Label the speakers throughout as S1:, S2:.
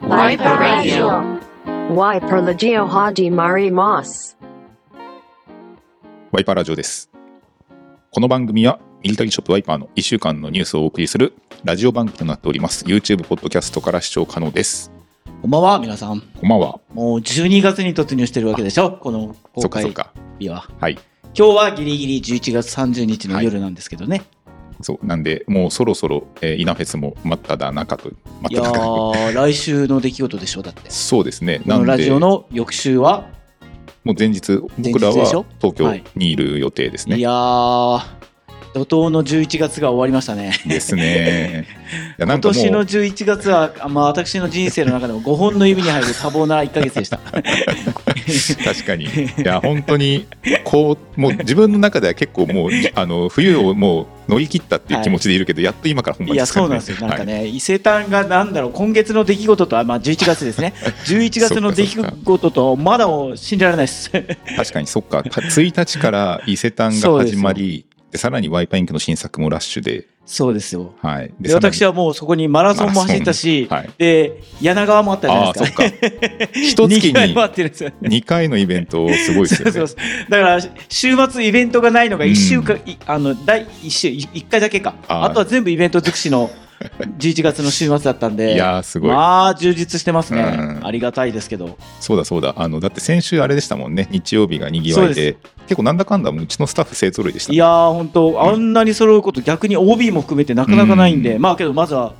S1: ワイパーラジオ
S2: Y per legio hajimari mas.
S3: ワイパーラジオです。この番組はミリタリーショップワイパーの1週間のニュースをお送りするラジオ番組となっております。YouTube、ポッドキャストから視聴可能です。
S4: こんばんは、皆さん。
S3: こんばんは。
S4: もう12月に突入してるわけでしょ、この公
S3: そっかそ
S4: 開
S3: っか。
S4: 日は。
S3: はい。
S4: 今日はギリギリ11月30日の夜なんですけどね。
S3: そう。なんで、もうそろそろ、えーイナフェスも真っただ中と、
S4: い、
S3: 真っ
S4: や
S3: ただ中。
S4: ー、来週の出来事でしょ、だって。
S3: そうですね。
S4: こ
S3: な
S4: の
S3: ん
S4: ラ
S3: で、
S4: ジオ
S3: も
S4: の翌週は、
S3: う前日、
S4: 前日
S3: 僕ら
S4: で
S3: は
S4: しょ
S3: 東
S4: は
S3: 京
S4: い
S3: にいる予定です
S4: い
S3: ね。
S4: やー、怒涛の11月が終わりましたね。
S3: で すね。いやなん
S4: 今
S3: かも
S4: 年の
S3: う、
S4: 11月は、あまあ、私の人生の中でも5本の指に入る多忙な1ヶ月でした。
S3: 確かに。いや、本当に、こう、もう自分の中では結構もう、あの、冬をもう乗り切ったっていう気持ちでいるけど、やっと今から本番
S4: いや、そうなんですよ。なんかね、伊勢丹がなんだろう、今月の出来事とは、まあ、11月 ですね。11月の出来事と、まだもう信じられない です。
S3: 確かにそっかた1日から伊勢丹が始まりでさらにワイパーインクの新作もラッシュで,、
S4: そうですよ。
S3: はい、
S4: で、私
S3: は
S4: はもうそこにマラソンも走ったし、
S3: はい、
S4: で、柳川もあったじゃな
S3: あ
S4: い
S3: あ
S4: で
S3: そっ
S4: すか。
S3: か 一月
S4: に回回っ
S3: に
S4: てるんですよ。
S3: 2回のイベントすごいです
S4: そ
S3: よ
S4: うそう
S3: ね
S4: そうだから週末イベントがないのが
S3: うん
S4: 1週間、いあの第1週1回だけか
S3: あー
S4: あとは全部イベント尽くし の11月の週末だったんで
S3: いやーすごい
S4: まあ充実してますね、
S3: うん
S4: ありがたいですけど
S3: そうだそうだあのだって先週あれでしたもんね日曜日がにぎわいで結構なんだかんだもううちのスタッフ勢ぞろいでした、
S4: い
S3: ね、
S4: やー、本当、あんなに揃うこと、逆に OB も含めてなかなかないんで、まあけど、まずは、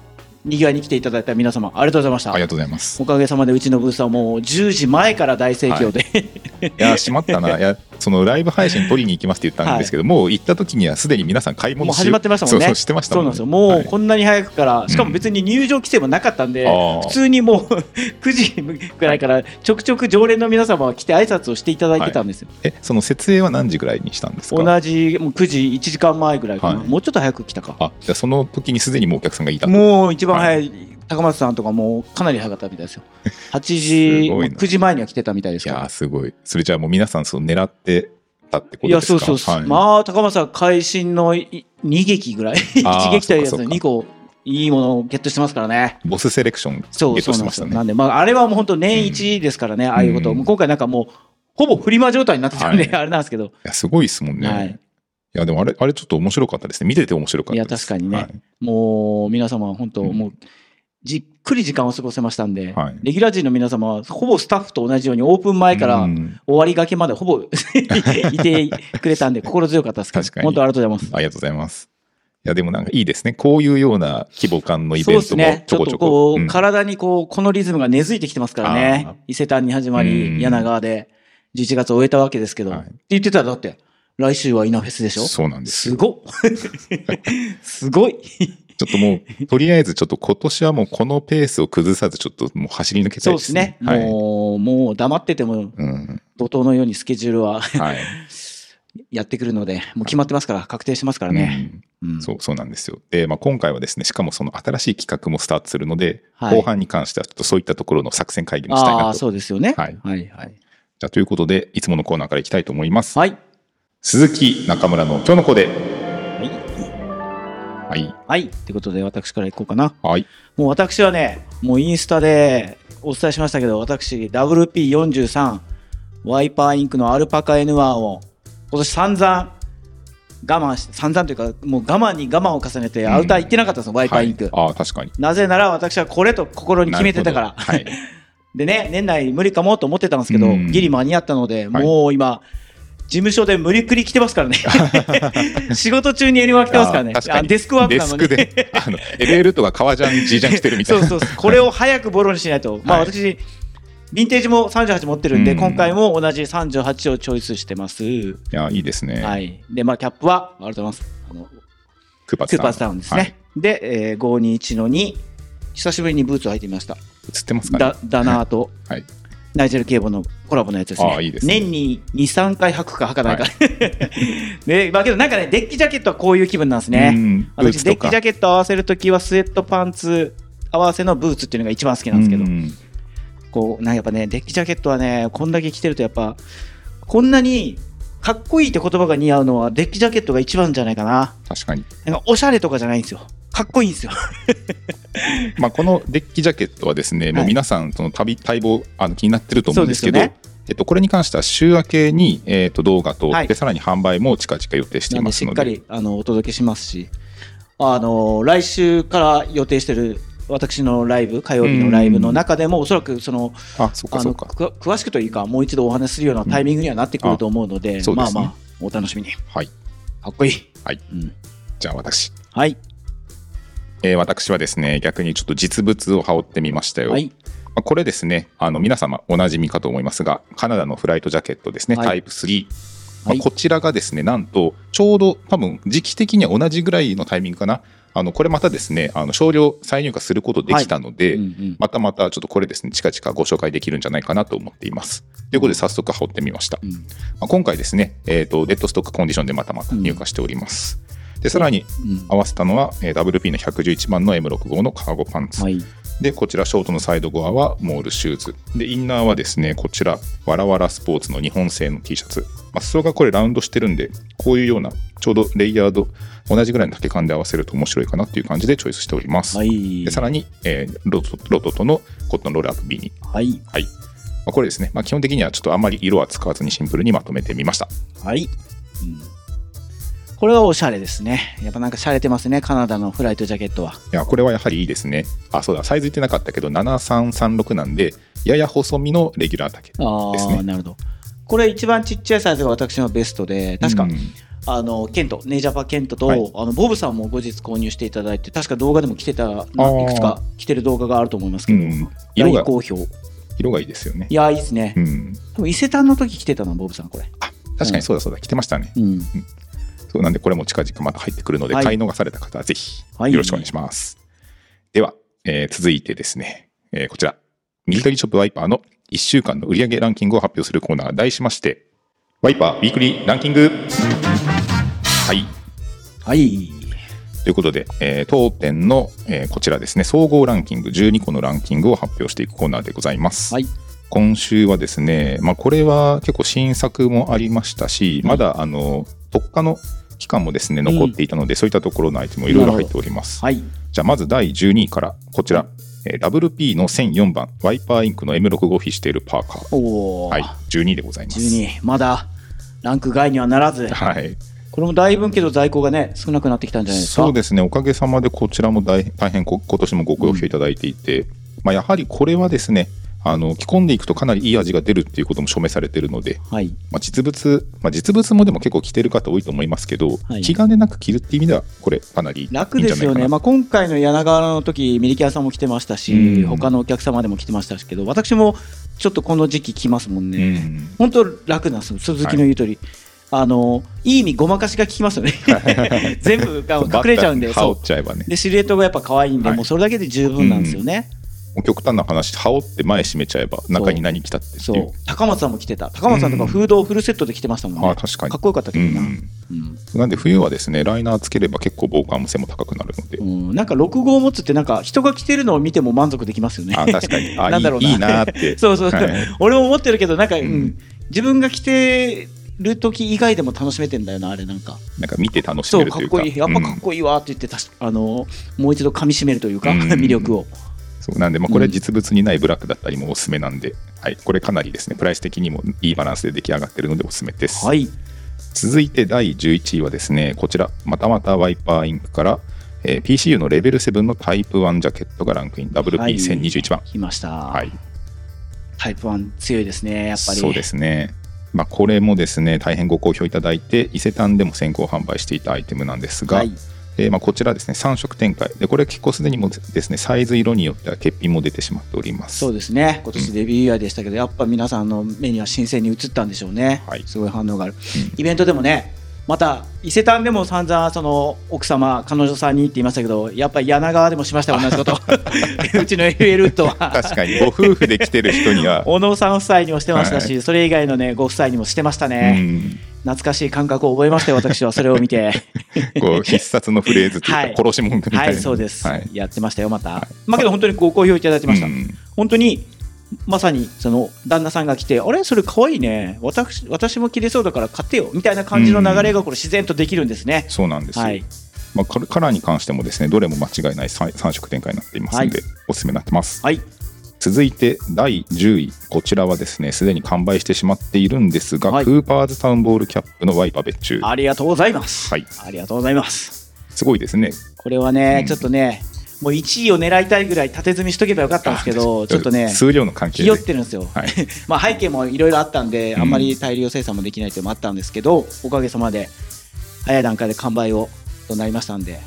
S4: にぎわいに来ていただいた皆様、ありがとうございまし
S3: あ
S4: た
S3: り。がとうございます
S4: おかげさまで、うちのブースはもう10時前から大盛況で、
S3: いやーしまったないやそのライブ配信取りに行きますって言ったんですけど、もう行った時にはすでに皆さん買い物
S4: もう
S3: し
S4: 始まってましたもんね。
S3: そうそうしてました
S4: そうん
S3: も
S4: なん
S3: ね
S4: ですよ。も
S3: は
S4: う
S3: い
S4: こんなに早くから、しかも別に入場規制もなかったんで、
S3: あー
S4: 普通にもう 9時ぐらいから、ちょくちょく常連の皆様は来て挨拶をしていただいてたんですよ。
S3: えその設営は何時ぐらいにしたんですか
S4: 同じ、もう9時、1時間前ぐらいかな。
S3: はい
S4: もうちょっと早く来たか。
S3: あじゃあその時にすでにもうお客さんがいたと
S4: もう一番早い、高松さんとかもうかなり早かったみた いですよ。8時、
S3: すごいな
S4: 9時前には来てたみたいです
S3: い
S4: か
S3: やー
S4: ら。
S3: すごい。それじゃあもう皆さんその狙ってたってこ
S4: い
S3: と
S4: や、
S3: ですか
S4: そうそうそう。
S3: はい
S4: まあ、高松さん、会心の2撃ぐらい、
S3: あ ー
S4: 1撃というやつ
S3: そっかそっか
S4: 2個、いいものをゲットしてますからね。
S3: ボスセレクション
S4: そ
S3: ゲ
S4: う
S3: ッ
S4: そ
S3: ト
S4: うなん
S3: しま
S4: で
S3: し
S4: す
S3: た
S4: よ。
S3: ね。
S4: なんで、まあ、あれはもう本当年一ですからね、ああいうこと。
S3: うん
S4: もう今回なんかもう、ほぼフリマ状態になってたんで、
S3: はい
S4: あれなんですけど。
S3: いやすごいですもんね。、
S4: はいい。
S3: やでもあれあれちょっと面白かったですね。見てて面白かったです。
S4: いや確かにねもう、皆様は本当、
S3: うん
S4: もう、じっくり時間を過ごせましたんで、
S3: はい
S4: レギュラー陣の皆様は、ほぼスタッフと同じように、オープン前から、
S3: うん
S4: 終わりがけまでほぼ いてくれたんで心強かったですけど
S3: 確かに
S4: 本当ありがとうございます。
S3: ありがとうございます。いやでもなんかいいですね。こういうような規模感のイベン
S4: そうです
S3: トも
S4: ね。
S3: ち
S4: ち
S3: ょ
S4: ょっ
S3: こち
S4: と
S3: ょこ
S4: こ。う、
S3: うん
S4: 体にこう、このリズムが根付いてきてますから
S3: あー
S4: ね。伊勢丹に始ま
S3: うん
S4: り、柳川で11月を終えたわけですけど。
S3: はい
S4: って言ってたら、だって、来週はイナフェスでしょ
S3: そうなんです
S4: す
S3: よ。
S4: ごっ すごい
S3: ちょっともう、とりあえずちょっと今年はもうこのペースを崩さず、ちょっともう走り抜けた
S4: そ
S3: いう
S4: で
S3: ですす
S4: ね
S3: ね。。はい。
S4: もう、もう黙ってても、
S3: うん。
S4: 怒涛のようにスケジュールは
S3: はい。
S4: やってくるので、もう決まってますから、確定してますから
S3: う
S4: ね。
S3: ん
S4: うん
S3: そうそうなんですよ。で、まあ、今回はですね、しかもその新しい企画もスタートするので、
S4: はい
S3: 後半に関してはちょっとそういったところの作戦会議もしたい
S4: あ
S3: な
S4: あ、
S3: と。
S4: そうですよね。
S3: はい
S4: はい、はい。
S3: じゃあということで、いつものコーナーからいきたいと思います。
S4: はい。
S3: 鈴木中村の今日の子で。はい。
S4: はい。ということで、私からいこうかな。
S3: はい。
S4: もう私はね、もうインスタでお伝えしましたけど、私、WP43、ワイパーインクのアルパカ N1 を、今年散々、我慢して、散々というか、もう我慢に我慢を重ねて、
S3: ん
S4: アウター行ってなかったんですよ、ワイパーインク。
S3: はいああ、確かに。
S4: なぜなら私はこれと心に決めてたから。
S3: なるほどはい。
S4: でね、年内無理かもと思ってたんですけど、
S3: うん
S4: ギリ間に合ったので、
S3: はい
S4: もう今、事務所で無理くり来てますから ね。仕事中に N1 来てますからね
S3: あ。確
S4: あ
S3: かに。
S4: デスクワークなのに。
S3: デスクで、 あの、LL とか革ジャン、G ジャン着てるみたい
S4: そう
S3: な。
S4: そうそうこれを早くボロにしないと、まあ
S3: はい
S4: 私ヴィンテージも38持ってるんで、
S3: うん
S4: 今回も同じ38をチョイスしてます、
S3: いや、いいですね。
S4: はいでまあキャップはありがとうございますあの
S3: クーパー
S4: ク
S3: ツ
S4: ーパースタウンですね、
S3: はい
S4: で、えー521の2久しぶりにブーツを履いてみました
S3: 映ってますかね
S4: ダダナーと
S3: はい。
S4: ナイジェル・ケイボのコラボのやつですね
S3: ああいいですね
S4: 年に23回履くか履かないか、 でまあけどなんかねデッキジャケットはこういう気分なんですね、
S3: うん。ブー
S4: 私
S3: ツ
S4: デ
S3: と
S4: ッキ
S3: か
S4: ジャケット合わせるときはスウェットパンツ合わせのブーツっていうのが一番好きなんですけど、
S3: うん
S4: こうなんかやっぱねデッキジャケットはねこんだけ着てるとやっぱこんなにかっこいいって言葉が似合うのはデッキジャケットが一番じゃないかな
S3: 確かに。
S4: なんかおしゃれとかじゃないんですよかっこいいんですよ。
S3: まあ、このデッキジャケットはですね、もう皆さんその旅待望あの気になってると思うんですけど
S4: そうですよ
S3: えっと、これに関しては週明けに、えっと、動画と、
S4: はい
S3: でさらに販売も近々予定してい
S4: なんで
S3: ます
S4: しっ
S3: の
S4: か
S3: で
S4: りあのお届けしますし、あの来週から予定してる私のライブ、火曜日のライブの中でも、おそらくその
S3: あそうか
S4: あ
S3: そ
S4: の
S3: うか
S4: くわ詳しくというか、もう一度お話しするようなタイミングにはなってくると思うので、
S3: あそう
S4: ま
S3: で
S4: あ
S3: すね
S4: まあ、お楽しみに。
S3: はい
S4: かっこいい。
S3: はい
S4: うん
S3: じゃあ私、
S4: はい。
S3: えー私はですね逆にちょっと実物を羽織ってみましたよ、
S4: はい。
S3: まあ、これですねあの皆様おなじみかと思いますがカナダのフライトジャケットですね、
S4: はい
S3: タイプ3、ま
S4: は
S3: あ、
S4: い
S3: こちらがですねなんとちょうど多分時期的には同じぐらいのタイミングかなあのこれまたですねあの少量再入荷することできたので、
S4: うんうん
S3: またまたちょっとこれですね、近々ご紹介できるんじゃないかなと思っています。ということで、早速羽織ってみました。
S4: うん
S3: まあ、今回ですね、えーと、デッドストックコンディションでまたまた入荷しております。で、さら
S4: う
S3: に
S4: ん
S3: 合わせたのは、えー WP の111番の M65 のカーゴパンツ。
S4: はい。
S3: で、こちら、ショートのサイドゴアはモールシューズ。で、インナーはですね、こちら、わらわらスポーツの日本製の T シャツ。まあ、裾がこれラウンドしてるんで、こういうような、ちょうどレイヤード、同じぐらいの丈感で合わせると面白いかなっていう感じでチョイスしております。
S4: はい
S3: で。さらに、えーロトロトとのコットンロールアップ B に、
S4: はい。
S3: はいまあ、これですね、まあ、基本的にはちょっとあまり色は使わずにシンプルにまとめてみました
S4: はい。うんこれはおしゃれですね。やっぱなんかしゃれてますね、カナダのフライトジャケットは。
S3: いやこれはやはりいいですねあそうだサイズ言ってなかったけど7336なんでやや細身のレギュラー丈
S4: あ
S3: です
S4: あ、
S3: ね
S4: なるほど。これ一番ちっちゃいサイズが私のベストで、確か、
S3: うん
S4: あのケント、ネイジャパケントと、
S3: はい
S4: あのボブさんも後日購入していただいて、確か動画でも来てたな、いくつか来てる動画があると思いますけど、
S3: うん色
S4: 大
S3: が
S4: 好評。
S3: 色がいいですよね
S4: いやー、いいですね
S3: う。ん
S4: 多分伊勢丹の時来てたの、ボブさん、これ。
S3: 確かにそうだそうだ、着てましたね
S4: うん、
S3: そうなんでこれも近々また入ってくるので、
S4: はい
S3: 買い逃された方はぜひ
S4: はい
S3: よろしくお願いします、では、えー続いてですね、えーこちらミリタリーショップワイパーの1週間の売上ランキングを発表するコーナー題しましてワイパーウィークリーランキングはい
S4: はい。
S3: ということで、えー当店の、えーこちらですね総合ランキング12個のランキングを発表していくコーナーでございます、
S4: はい
S3: 今週はですね、まあ、これは結構新作もありましたし、
S4: うん
S3: まだあの特化の期間もですね
S4: ん
S3: 残っていたので、そういったところのアイテムもいろいろ入っております、
S4: はい。
S3: じゃあまず第12位からこちら、えー WP の1004番ワイパーインクの M65 フィッシュテールパーカー
S4: おお、
S3: はい12位でございます
S4: 12、まだランク外にはならず、
S3: はい、
S4: これもだいぶんけど在庫がね、少なくなってきたんじゃないですか。
S3: そうですね、おかげさまでこちらも大大変こ今年もご好評いただいていて、まあ、やはりこれはですね、あの着込んでいくとかなりいい味が出るっていうことも証明されているので、
S4: はい。
S3: まあ、実物、まあ、実物もでも結構着てる方多いと思いますけど、
S4: はい
S3: 気兼ねなく着るっていう意味では、これ、かなりいいんじゃないか
S4: 楽
S3: な
S4: ですよね、まあ、今回の柳川の時ミリキャーさんも来てましたし、
S3: うん
S4: 他のお客様でも来てましたけど、私もちょっとこの時期来ますもん
S3: う
S4: ね。
S3: ん
S4: 本当楽なんですよ鈴木の言う通り、あのいい意味ごまかしが効きますよ ね全部が 隠れちゃうんで
S3: バッター羽
S4: そ
S3: 織っちゃえばね
S4: う、でシルエットがやっぱ可愛いんで、
S3: はい
S4: もうそれだけで十分なんですよね、
S3: もう極端な話、羽織って前閉めちゃえば、中に何着たってって
S4: そ
S3: いうう、
S4: 高松さんも来てた高松さんとかフードをフルセットで着てましたもんね、
S3: ああ確かに
S4: かっこよかったけどな、
S3: う
S4: うん
S3: んなんで冬はですね、ライナーつければ結構防寒性も高くなるので、
S4: うんなんか6号を持つってなんか人が着てるのを見ても満足できますよね
S3: ああ確かに、あ
S4: なんだろ
S3: あ
S4: うない
S3: いいいなーっ て。
S4: そうそうそう、
S3: はい
S4: 俺も思ってるけどなんか、うん
S3: うん
S4: 自分が着てる時以外でも楽しめてんだよなあれなんか
S3: なんか見て楽し
S4: そ
S3: め
S4: う
S3: る
S4: か
S3: と
S4: っ
S3: いうか。
S4: こいいやっぱかっこいいわって言ってたし、あのもう一度噛みしめるというか、
S3: うん
S4: 魅力を
S3: うんそうなんで、まあ、これは実物にないブラックだったりもおすすめなんで、はい、これかなりですね、プライス的にもいいバランスで出来上がってるのでおすすめです。
S4: はい
S3: 続いて第11位はですね、こちら、またまたワイパーインクから、えー PCU のレベル7のタイプ1ジャケットがランクイン、WP1021 番。
S4: 来ました、
S3: はい、
S4: タイプ1強いですねやっぱり
S3: そうですね。まあ、これもですね、大変ご好評いただいて、伊勢丹でも先行販売していたアイテムなんですが、
S4: はい
S3: えーまあ、こちらですね3色展開でこれ結構すでにもうですねサイズ色によっては欠品も出てしまっております
S4: そうですね今年デビューイヤーでしたけど、やっぱ皆さんの目には新鮮に映ったんでしょうね、
S3: はい
S4: すごい反応がある、イベントでもねまた伊勢丹でも散々その奥様彼女さんにって言いましたけどやっぱり柳川でもしました同じこと うちの FL ウッドは
S3: 確かにご夫婦で来てる人には
S4: 小野さん夫妻にもしてましたし、それ以外のねご夫妻にもしてました
S3: う
S4: ね、
S3: ん
S4: 懐かしい感覚を覚えましたよ私はそれを見 て
S3: こう必殺のフレーズというか、
S4: はい
S3: 殺し文句み
S4: は
S3: た
S4: い
S3: な、
S4: いそうです、
S3: はい
S4: やってましたよまた、まあけど本当にご好評いただきました、
S3: うん
S4: 本当にまさにその旦那さんが来てあれそれ可愛いね私私も着れそうだから買ってよみたいな感じの流れがこれ自然とできるんですね、
S3: そうなんですよ、
S4: はい
S3: まあ、カラカラーに関してもですねどれも間違いない 3, 色展開になっていますので、おすすめになってます
S4: はい。
S3: 続いて第10位こちらはですねすでに完売してしまっているんですが、
S4: はい
S3: クーパーズタウンボールキャップのワイパー別注
S4: ありがとうございます。
S3: はい
S4: ありがとうございます。
S3: すごいですね
S4: これはね、
S3: うん
S4: ちょっとね、もう1位を狙いたいぐらい縦積みしとけばよかったんですけど、
S3: あ
S4: ちょっとね、
S3: 数量の関係
S4: ひ
S3: で
S4: よってるんですよ。
S3: はい
S4: まあ背景もいろいろあったんで、
S3: うん
S4: あんまり大量生産もできないというのもあったんですけど、おかげさまで早い段階で完売をとなりましたんで、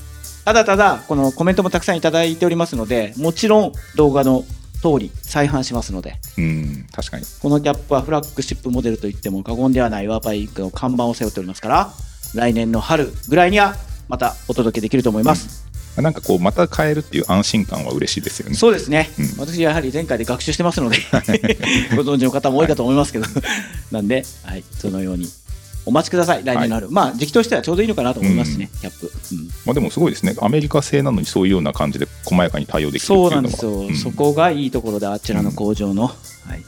S4: ただただ、このコメントもたくさんいただいておりますので、もちろん動画の通り再販しますので、
S3: うん確かに
S4: このキャップはフラッグシップモデルといっても過言ではないワーパイインクの看板を背負っておりますから、来年の春ぐらいにはまたお届けできると思います。
S3: なんかこうまた買えるっていう安心感は嬉しいですよね
S4: そうですね、
S3: うん
S4: 私やはり前回で学習してますので、ご存知の方も多いかと思い ますけど、なんで、はい、そのようにお待ちください、来年の春。まあ、時期としてはちょうどいいのかなと思いますしね、キャップ。うん
S3: まあ、でもすごいですねアメリカ製なのにそういうような感じで細やかに対応できるっていうの
S4: そう
S3: は
S4: なんですよ、
S3: うん
S4: そこがいいところで、あちらの工場の。はい、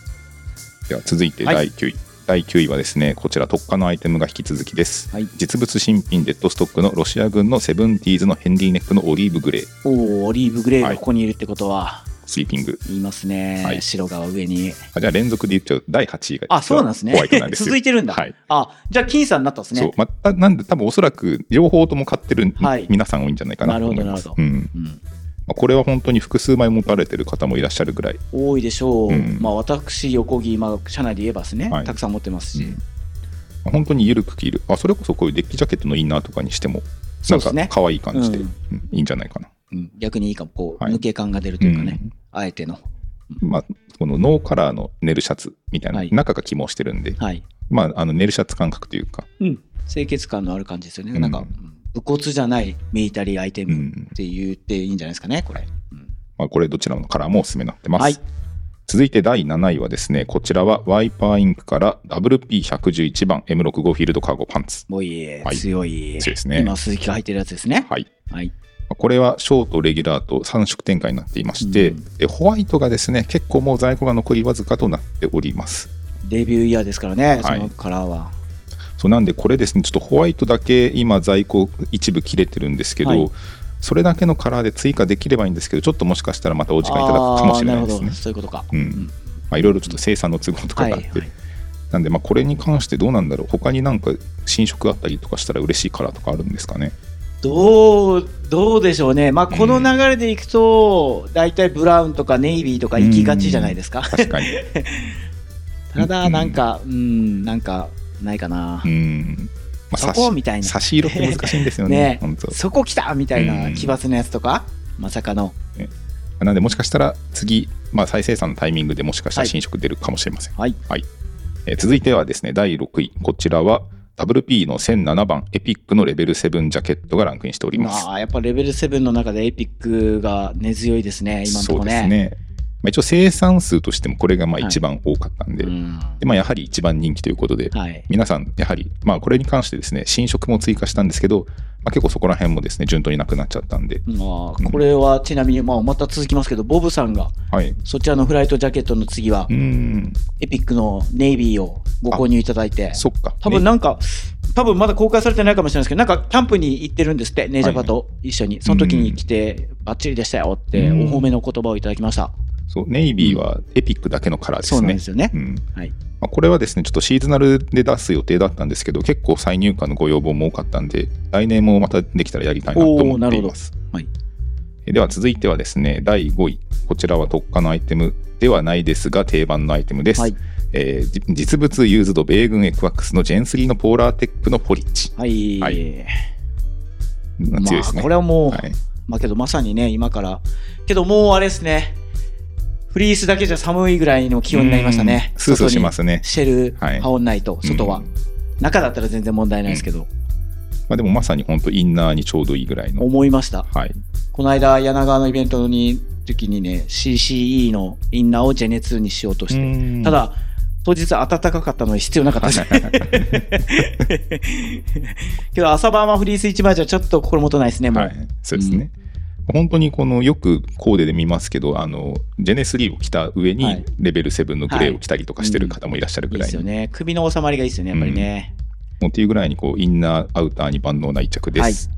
S3: では続いて
S4: はい
S3: 第9位、第9位はですねこちら特化のアイテムが引き続きです、
S4: はい
S3: 実物新品デッドストックのロシア軍のセブンティーズのヘンリーネックのオリーブグレー
S4: おお、オリーブグレー
S3: は
S4: が
S3: い
S4: ここにいるってことは、
S3: スリーピング
S4: 言いますね、
S3: はい
S4: 白が上に。
S3: あじゃあ連続で言っちゃうと第8位が
S4: あ、そうなんですね。
S3: ホワイトなんですよ
S4: 続いてるんだ。
S3: はい
S4: あ、じゃあ、僅差になったんですね。
S3: そうまたなんで多分おそらく両方とも買ってる、
S4: はい
S3: 皆さん多いんじゃないかなと思います
S4: なるほど
S3: うん
S4: うん
S3: まあ、これは本当に複数枚持たれてる方もいらっしゃるぐらい、
S4: 多いでしょう。
S3: うん
S4: まあ、私、横木、まあ、社内で言えばですね、
S3: はい
S4: たくさん持ってますし。
S3: まあ本当に緩く着るあそれこそこういうデッキジャケットのインナーとかにしても
S4: そう
S3: な
S4: んです
S3: か
S4: ね
S3: 可愛い感じで、
S4: うん
S3: うんいいんじゃないかな、
S4: うん逆にいいかも、こう、
S3: はい
S4: 抜け感が出るというかね、
S3: うん
S4: あえての。
S3: まあ、このノーカラーのネルシャツみたいな、
S4: はい
S3: 中が起毛してるんで、
S4: はい。
S3: まあ、あのネルシャツ感覚というか、
S4: うん清潔感のある感じですよね。
S3: うん
S4: なんか、うん武骨じゃないミリタリーアイテ
S3: う
S4: ムっ
S3: ん
S4: て言っていいんじゃないですかね、これ。うん
S3: まあ、これどちらのカラーもおすすめになってます、
S4: はい
S3: 続いて第7位はですねこちらはワイパーインクから WP111 番 M65 フィールドカーゴパンツ、
S4: もういい、
S3: はい
S4: 強い。
S3: 強いですね
S4: 今、鈴木が入ってるやつですね。
S3: はい
S4: はい。
S3: まあこれはショートレギュラーと3色展開になっていまして、
S4: うん
S3: でホワイトがですね結構もう在庫が残りわずかとなっております
S4: デビューイヤーですからね、
S3: はい
S4: そのカラーは。
S3: そうなんでこれですねちょっとホワイトだけ今在庫一部切れてるんですけど、
S4: はい
S3: それだけのカラーで追加できればいいんですけどちょっともしかしたらまたお時間いただくかもしれないで
S4: あー
S3: す
S4: るほ
S3: ね
S4: ど、そういうことか。
S3: うん
S4: ん
S3: まあ、いろいろちょっと生産の都合とかがあって、
S4: はいはい
S3: なんでまあこれに関してどうなんだろう他になんか新色あったりとかしたら嬉しいカラーとかあるんですかね
S4: どうどうでしょうね、まあ、
S3: うん
S4: この流れでいくと、大体ブラウンとかネイビーとか行きがちじゃないですか、
S3: 確 かに
S4: ただ、なんか、うん、なんかないかな
S3: う、ん、まあ、
S4: そ
S3: 差
S4: こ
S3: し
S4: みたいな、
S3: 差し色って難しいんですよね
S4: ね
S3: 本当
S4: そこ来たみたいな
S3: うん
S4: 奇抜なやつとか、まさかの、
S3: なんでもしかしたら次、まあ、再生産のタイミングでもしかした
S4: は
S3: ら
S4: い
S3: 新色出るかもしれません、
S4: はい、
S3: えー続いてはですね第6位こちらは WP の1007番エピックのレベル7ジャケットがランクインしております、
S4: まあ、やっぱレベル7の中でエピックが根強いですね、今のとこ
S3: そう
S4: ろ
S3: です
S4: ね。
S3: ね、まあ、一応生産数としてもこれがまあ一番多かったんで,、
S4: うん
S3: でまあ、やはり一番人気ということで、
S4: はい、
S3: 皆さんやはり、まあ、これに関してですね新色も追加したんですけど、まあ、結構そこら辺もですね順当になくなっちゃったんで、
S4: まあ、これはちなみに、まあ、また続きますけど、ボブさんが
S3: はい、
S4: そちらのフライトジャケットの次は
S3: うー、ん
S4: エピックのネイビーをご購入いただいて。
S3: そっか
S4: 多分
S3: ね
S4: なんか、多分まだ公開されてないかもしれないですけど、なんかキャンプに行ってるんですって、ネイジャパと一緒に、その時に来て、ばっちりでしたよって、お
S3: うん
S4: 褒めの言葉をいただきました。
S3: そうネイビーはエピックだけのカラーですね、
S4: そうなんですよね
S3: う。ん
S4: はい
S3: まあ、これはですねちょっとシーズナルで出す予定だったんですけど結構再入荷のご要望も多かったんで来年もまたできたらやりたいなと
S4: おー
S3: 思
S4: な
S3: って
S4: るほ
S3: い
S4: ど
S3: ます、
S4: はい
S3: えでは続いてはですね第5位こちらは特化のアイテムではないですが定番のアイテムです、
S4: はい
S3: えーじ実物ユーズド米軍エクワックスのジェン3のポーラーテックのポリッチ
S4: はい。
S3: はい
S4: ま
S3: 強いです
S4: あ、
S3: ね、
S4: これはもう、
S3: はい、
S4: まあけどまさにね、今から、けどもうあれですね、フリースだけじゃ寒いぐらいの気温になりましたね。
S3: う。んスースーしますすね、
S4: シェル、
S3: はい
S4: 羽織んないと、外は
S3: うん。
S4: 中だったら全然問題ないですけど、
S3: まあ、でもまさに本当インナーにちょうどいいぐらいの、
S4: 思いました。
S3: はい、
S4: この間、柳川のイベントに、時にね、CCE のインナーをジェネ2にしようとして、た
S3: だ
S4: だ、当日暖かかったのに必要なかったです。 けど、朝晩はフリース1枚じゃちょっと心もとないですね、もう。
S3: はい、そうですね。本当にこのよくコーデで見ますけど、あのジェネ3を着た上
S4: は
S3: に
S4: い
S3: レベル7のグレーを着たりとかしてる方もいらっしゃる
S4: いい
S3: ぐ
S4: で
S3: らい、
S4: すよね。首の収まりがいいですよね、やっぱりね。
S3: もうっていうぐらいにこうインナー、アウターに万能な一着です。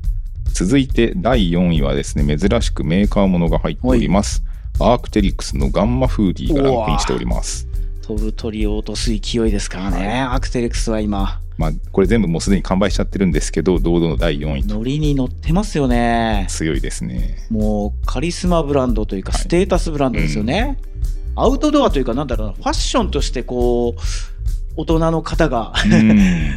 S3: 続いて第4位はですね、珍しくメーカーものが入っております。アークテリクスのガンマフーディーがランクインしております。
S4: 飛ぶ鳥を落とす勢いですからね、アクテレックスは今
S3: まあ、これ全部もうすでに完売しちゃってるんですけど、堂々の第4位と
S4: ノリに乗ってますよね
S3: 強いですね。
S4: もうカリスマブランドというか
S3: はい
S4: ステータスブランドですよね、アウトドアというかなんだろうなファッションとしてこう大人の方が
S3: うん。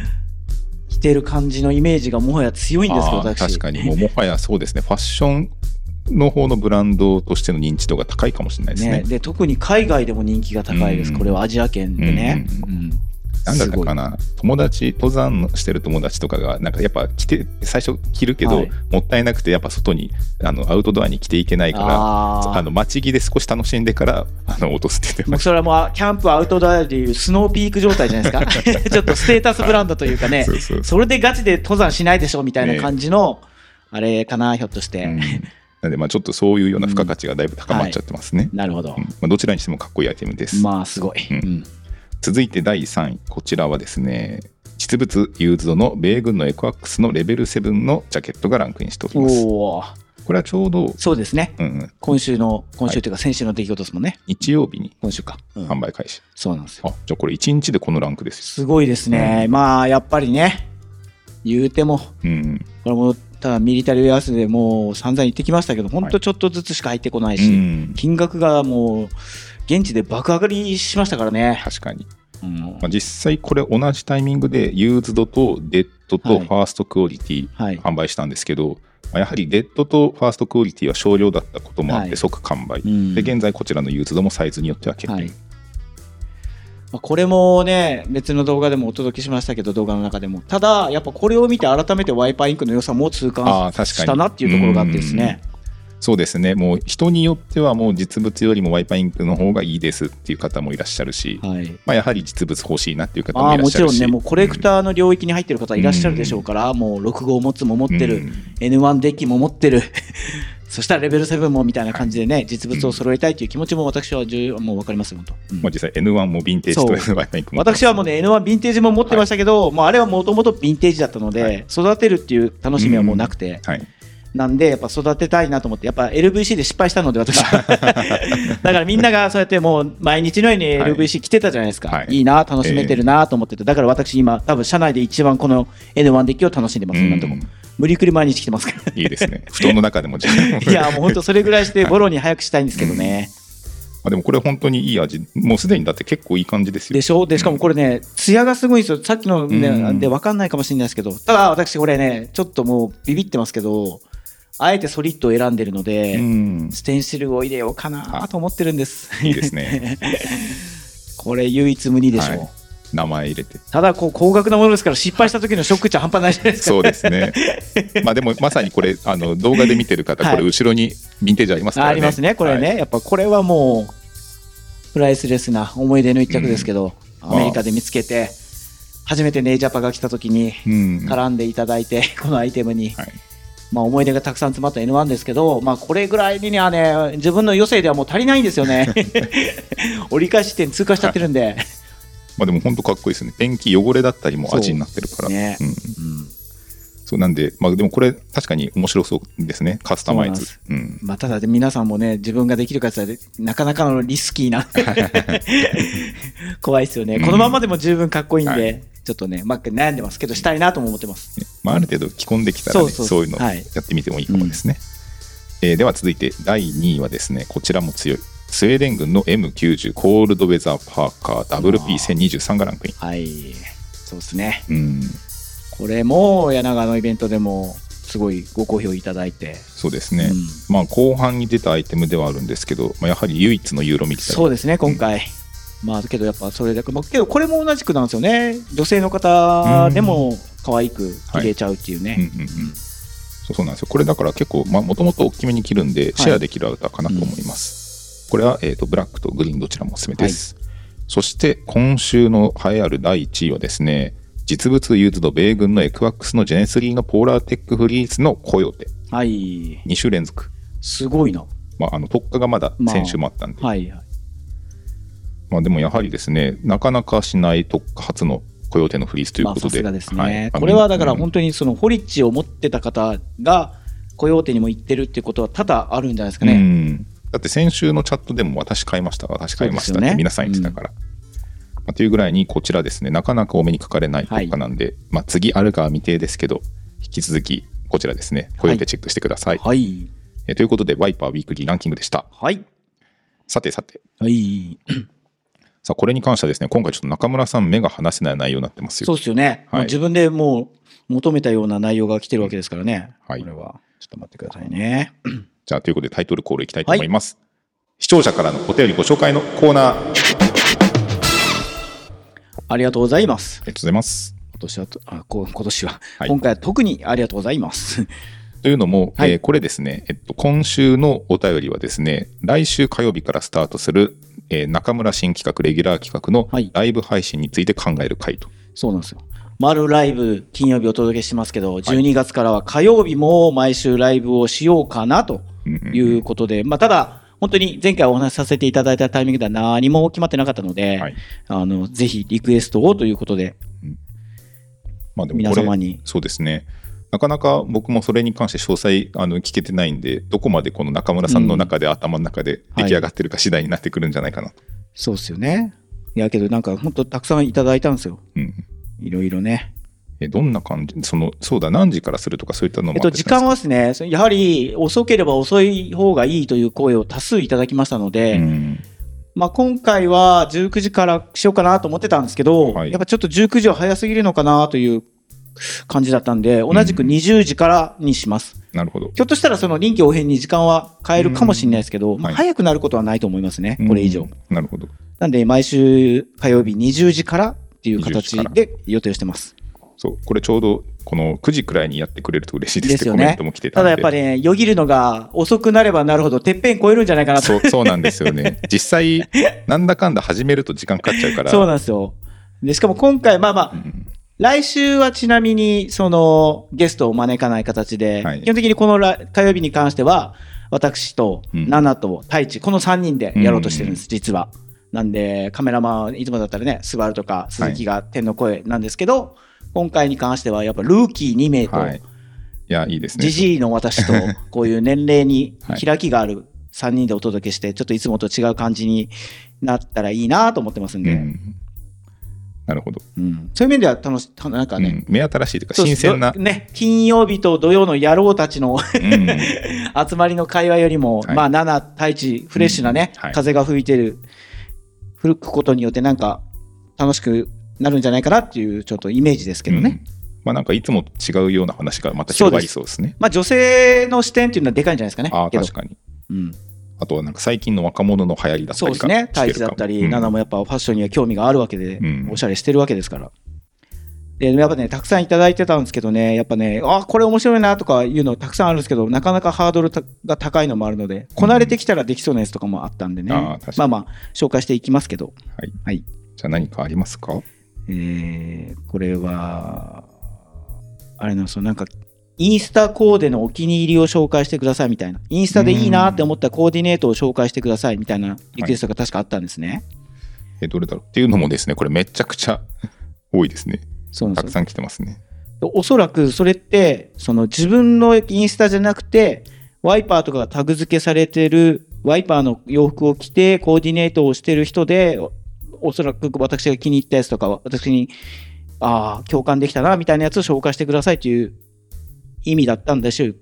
S4: 着てる感じのイメージがもはや強いんですけど
S3: あー
S4: 私
S3: 確かにもうもはやそうですねファッションの方のブランドとしての認知度が高いかもしれないですね
S4: ね、で特に海外でも人気が高いです、
S3: うん
S4: これはアジア圏でね、
S3: う
S4: うん
S3: なんだったかな友達登山してる友達とかがなんかやっぱ着て最初着るけど、
S4: はい
S3: もったいなくてやっぱ外にあのアウトドアに着ていけないから
S4: あー
S3: あの街着で少し楽しんでからあの落とすって言ってま
S4: 僕
S3: し
S4: それはもうキャンプアウトドアでいうスノーピーク状態じゃない ですか ちょっとステータスブランドというか
S3: た
S4: ね
S3: そうそうそ
S4: それでガチで登山しないでしょみたいな感じの、あれかなひょっとして、
S3: う、うんなんでまあちょっとそういうような付加価値がだいぶ高まっちゃってますね、
S4: なるほど
S3: うんまあ、どちらにしてもかっこいいアイテムです、
S4: まあすごい、
S3: うん
S4: うん
S3: 続いて第3位こちらはですね実物ユーズドの米軍のエコアックスのレベル7のジャケットがランクインしております
S4: おお
S3: これはちょうど、
S4: そうですね
S3: うんうん、
S4: 今週の今週というか先週の出来事ですもんね、
S3: 日曜日に
S4: 今週か、うん
S3: 販売開始、
S4: そうなんですよ
S3: あじゃあこれ1日でこのランクです
S4: すごいですね、まあやっぱりね言うてもこ
S3: よ、うん
S4: れもただミリタリーウェアハウスでもう散々言ってきましたけどほんとちょっとずつしか入ってこない
S3: うんう
S4: し、
S3: ん、
S4: 金額がもう現地で爆上がりしましたからね、
S3: 確かに、
S4: うん
S3: まあ、実際これ同じタイミングでユーズドとデッドと
S4: はい
S3: ファーストクオリティ
S4: はい
S3: 販売したんですけど、まあやはりデッドとファーストクオリティは少量だったこともあっ
S4: は
S3: て
S4: い
S3: 即完売、
S4: うん
S3: で現在こちらのユーズドもサイズによっては結構、
S4: はいまあこれもね別の動画でもお届けしましたけど動画の中でもただやっぱこれを見て改めてワイパーインクの良さも痛
S3: あ
S4: 感
S3: ー確かに
S4: したなっていうところがあってですね
S3: そうですね、もう人によってはもう実物よりもワイパーインクの方がいいですっていう方もいらっしゃるし、
S4: はい
S3: まあ、やはり実物欲しいなっていう方
S4: あ
S3: も
S4: あ
S3: いらっ
S4: も
S3: し
S4: ち
S3: ゃる
S4: ろん
S3: し。
S4: ねもうコレクターの領域に入ってる方いらっしゃるでしょうから、もう6号持つも持ってる、
S3: うん
S4: N1 デッキも持ってる そしたらレベル7もみたいな感じでね、実物を揃えたいという気持ちも私は重要もう分かりますよ本当、うん
S3: もう実際 N1 もヴィンテージというワイパーインクも
S4: 私はもうね N1 ヴィンテージも持ってましたけど、もうあれはもともとヴィンテージだったので、
S3: はい
S4: 育てるっていう楽しみはもうなくて、
S3: はい、
S4: なんで、やっぱ育てたいなと思って、やっぱ LVC で失敗したので、私は。 だからみんながそうやってもう毎日のように
S3: はい
S4: LVC 着てたじゃないですか。
S3: はい
S4: い、いな、楽しめてるなと思ってて、だから私今、多分社内で一番この N1 デッキを楽しんでます、今んとこ
S3: うん。
S4: 無理くり毎日着てます から。
S3: いいです ね。布団の中でもじゃあ
S4: いや、もう本当それぐらいして、ボロに早くしたいんですけどね。
S3: あでもこれ本当にいい味、もうすでにだって結構いい感じですよ。
S4: でしょで、しかもこれね、艶がすごいんですよ。さっきの
S3: う
S4: ね、
S3: ん
S4: で分かんないかもしれないですけど、ただ私これね、ちょっともうビビってますけど、あえてソリッドを選んでるので、
S3: うん
S4: ステンシルを入れようかなと思ってるんです。
S3: いいですね。
S4: これ唯一無二でしょう。
S3: はい名前入れて。
S4: ただこう高額なものですから失敗した時のショック値は半端ないじゃないですか。
S3: そうで すね。まあでもまさにこれ、あの動画で見てる方、
S4: はい
S3: これ後ろにヴィンテージありますから
S4: あ
S3: ね。
S4: ありますね、これね、
S3: はい。
S4: やっぱこれはもう、プライスレスな思い出の一着ですけど、
S3: ん
S4: アメリカで見つけて、初めてネイジャパが来た時に
S3: うん。
S4: 絡んでいただいて、 このアイテムに、
S3: はい
S4: まあ思い出がたくさん詰まった N1 ですけど、まあこれぐらいにはね、自分の余生ではもう足りないんですよ ね。折り返し地点通過しちゃってるんで。
S3: まあでも本当かっこいいですね。ペンキ汚れだったりも味になってるから。
S4: そうね
S3: うんそうなんで、まあでもこれ確かに面白そうですね。カスタマイズ。うん。
S4: まあ、ただで皆さんもね、自分ができるかって言ったら、なかなかのリスキー な、怖いですよね、このままでも十分かっこいいん
S3: は
S4: で、ちょっとね、まあ、悩んでますけど、したいなとも思ってます。
S3: まあある程度着込んできたら
S4: そ
S3: ね、
S4: う
S3: そ
S4: そうう
S3: いうの
S4: は
S3: や
S4: い
S3: ってみてもいいかもですね。えーでは続いて第2位はですね、こちらも強い。スウェーデン軍の M90 コールドウェザーパーカー WP1023 がランクイン。
S4: はい、そうですね、
S3: うん、
S4: これも柳川のイベントでも、すごいご好評いただいて、
S3: そうですね。
S4: うん
S3: まあ後半に出たアイテムではあるんですけど、まあ、やはり唯一のユーロみたいな。
S4: そうですね、今回。まあ、けどやっぱそれだけ、まあ、けどこれも同じくなんですよね、女性の方でも可愛く着れちゃうっていうね。
S3: うんうんうんそうそうなんですよ。これだから結構、まあ、もともと大きめに切るんで、シェアできるアウターかなと思います。これは、えっ、と、ブラックとグリーンどちらもおすすめです。そして、今週の栄えある第1位はですね、実物ユーズド米軍のエクワックスのジェネスリーのポーラーテックフリーズのコヨテ、
S4: はい、
S3: 2週連続。
S4: すごいな。
S3: まあ、あの特化がまだ先週もあったんで、まあ
S4: はい、はい
S3: でもやはりですね、なかなかしない特化初のコヨテのフリーズという
S4: まあ
S3: こと
S4: さ
S3: で、
S4: すがですね、
S3: はい
S4: これはだから
S3: うん
S4: 本当にそのホリッチを持ってた方が雇用手にも行ってるってことは多々あるんじゃないですか
S3: う
S4: ね。
S3: んだって先週のチャットでも私買いました、私買いまし
S4: そ
S3: た
S4: う
S3: っ
S4: ですよ
S3: て
S4: ね
S3: 皆さん言ってたから。まあというぐらいにこちらですね、なかなかお目にかかれない
S4: はい
S3: 結果なんで、まあ次あるかは未定ですけど、引き続きこちらですね、雇用手チェックしてください。
S4: はい。
S3: えということで、ワイパーウィークリーランキングでした。
S4: はい。
S3: さてさて、
S4: はい。
S3: さあこれに関してはですね、今回ちょっと中村さん目が離せない内容になってますよ。
S4: そうですよね。
S3: は
S4: も
S3: い
S4: う自分でもう求めたような内容が来てるわけですからね。
S3: はい
S4: これは。ちょっと待ってくださいね。
S3: じゃあということでタイトルコールいきたいと思います。視聴者からのお便りご紹介のコーナー、
S4: あ
S3: ありが
S4: りがとうございます。
S3: とうございます。
S4: 今年はと、あ、こ今年は、
S3: はい
S4: 今回は特にありがとうございます。
S3: というのも、
S4: はい
S3: えーこれですね、えっと、今週のお便りはですね、来週火曜日からスタートする、えー中村新企画、レギュラー企画の
S4: はい
S3: ライブ配信について考える回と。
S4: そうなんですよ。丸ライブ金曜日お届けしますけど、12月からは火曜日も毎週ライブをしようかなということで、まあ、ただ、本当に前回お話しさせていただいたタイミングでは何も決まってなかったので、
S3: はい
S4: あのぜひリクエストをということで、
S3: まあ、でも
S4: 皆
S3: これ
S4: 様に
S3: そうですね。なかなか僕もそれに関して詳細あの聞けてないんで、どこまでこの中村さんの中で、頭の中で出来上がってるか次第になってくるんじゃないかなと。
S4: そうですよね。いやけど、なんか本当たくさんいただいたんですよ。
S3: うん
S4: いろいろね。
S3: えどんな感じそのそうだ何時からするとかそういったのも
S4: えっと、時間
S3: は、
S4: はですね、そやはり遅ければ遅い方がいいという声を多数いただきましたので、
S3: うん
S4: まあ、今回は19時からしようかなと思ってたんですけど、
S3: はい
S4: やっぱちょっと19時は早すぎるのかなという感じだったんで、同じく20時からにします。
S3: なるほど
S4: ひょっとしたらその臨機応変に時間は変えるかもしれないですけど、まあ
S3: はい
S4: 早くなることはないと思いますね、これ以上。
S3: うんなるほど
S4: なんで、毎週火曜日20時からっていう
S3: 20
S4: 形
S3: 時から
S4: で予定をしてます。
S3: そうこれちょうどこの9時くらいにやってくれると嬉しいです
S4: です
S3: って
S4: よ
S3: コメン
S4: ね
S3: トも来て。
S4: た
S3: たん
S4: だ
S3: で
S4: やっぱり、ね、よぎるのが遅くなればなるほど、てっぺん超えるんじゃないかなと。
S3: そうそうなんですよね実際なんだかんだ始めると時間かかっちゃうから
S4: そうなんですよ。で、しかも今回、まあまあ、
S3: うん
S4: 来週はちなみに、その、ゲストを招かない形で、
S3: はい
S4: 基本的にこのら火曜日に関しては、私と、
S3: うん
S4: ナナと、太一、この3人でやろうとしてるんです、
S3: う
S4: 実は。なんで、カメラマン、いつもだったらね、スバルとか、鈴木が天の声なんですけど、今回に関しては、やっぱルーキー2名
S3: はい
S4: と、
S3: いやいいですね
S4: ジジイの私 と、こういう年齢に
S3: はい
S4: 開きがある3人でお届けして、ちょっといつもと違う感じになったらいいなと思ってますん
S3: う
S4: で、
S3: んなるほど、
S4: うんそういう面では楽し、たなんか
S3: う
S4: ね、
S3: ん、目新しいというか新鮮な
S4: そうですね、金曜日と土曜の野郎たちの
S3: うん
S4: 集まりの会話よりも、
S3: はい
S4: まあ、7、太一、フレッシュなね、
S3: うんはい
S4: 風が吹いてる、吹くことによって、なんか、楽しくなるんじゃないかなっていう、ちょっとイメージですけどね。
S3: うんまあなんかいつもと違うような話がまた広がりそうですね
S4: まあ、女性の視点っていうのはでかいんじゃないですかね。
S3: ああ
S4: けど
S3: 確かに
S4: うん、
S3: あとはなんか最近の若者の流行りだった
S4: そう
S3: り
S4: で
S3: が
S4: すね、太
S3: してる
S4: 一
S3: か
S4: だ
S3: も
S4: ったり、
S3: うん
S4: ナナもやっぱファッションには興味があるわけで、
S3: うん
S4: おしゃれしてるわけですから。でやっぱね、たくさんいただいてたんですけどね、やっぱね、あこれ面白いなとかいうのたくさんあるんですけど、なかなかハードルたが高いのもあるので、こなれてきたらできそうなやつとかもあったんでね、
S3: あー確かに
S4: まあまあ、紹介していきますけど、
S3: はい、
S4: はい
S3: じゃあ何かありますか
S4: えーこれは、あれなんですよ、なんか、インスタコーデのお気に入りを紹介してくださいみたいな、インスタでいいなって思ったコーディネートを紹介してくださいみたいなリクエストが確かあったんですね。
S3: えどれだろうっていうのもですねこれめちゃくちゃ多いですね
S4: そうなんです
S3: た
S4: よ
S3: くさん来てますね
S4: おそらくそれってその自分のインスタじゃなくてワイパーとかがタグ付けされてるワイパーの洋服を着てコーディネートをしてる人でおおそらく私が気に入ったやつとかは私にああ共感できたなみたいなやつを紹介してくださいという意味だったんでしょう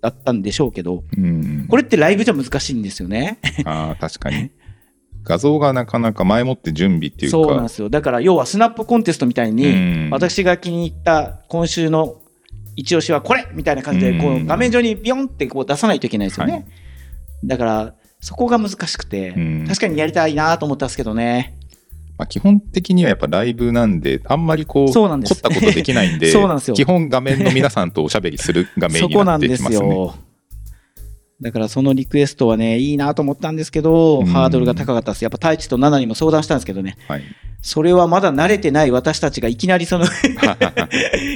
S4: だったんでしょうけど
S3: うん
S4: これってライブじゃ難しいんですよね。
S3: あー確かに画像がなかなか前もって準備っていうか
S4: そうなんですよだから要はスナップコンテストみたいに、
S3: うん
S4: 私が気に入った今週の一押しはこれみたいな感じでこ
S3: うん
S4: う画面上にビヨンってこう出さないといけないですよね、
S3: はい
S4: だからそこが難しくて、
S3: うん
S4: 確かにやりたいなと思ったんですけどね
S3: まあ、基本的にはやっぱライブなんであんまりこう
S4: そうなんです
S3: 凝ったことできないんで
S4: そうなんですよ
S3: 基本画面の皆さんとおしゃべりする画面
S4: そ
S3: に
S4: こ
S3: な
S4: な
S3: っ
S4: ん
S3: て
S4: で
S3: きますすね
S4: よだからそのリクエストはねいいなと思ったんですけど、
S3: うん
S4: ハードルが高かったですやっぱ太一とナナにも相談したんですけどね
S3: はい、
S4: それはまだ慣れてない私たちがいきなり その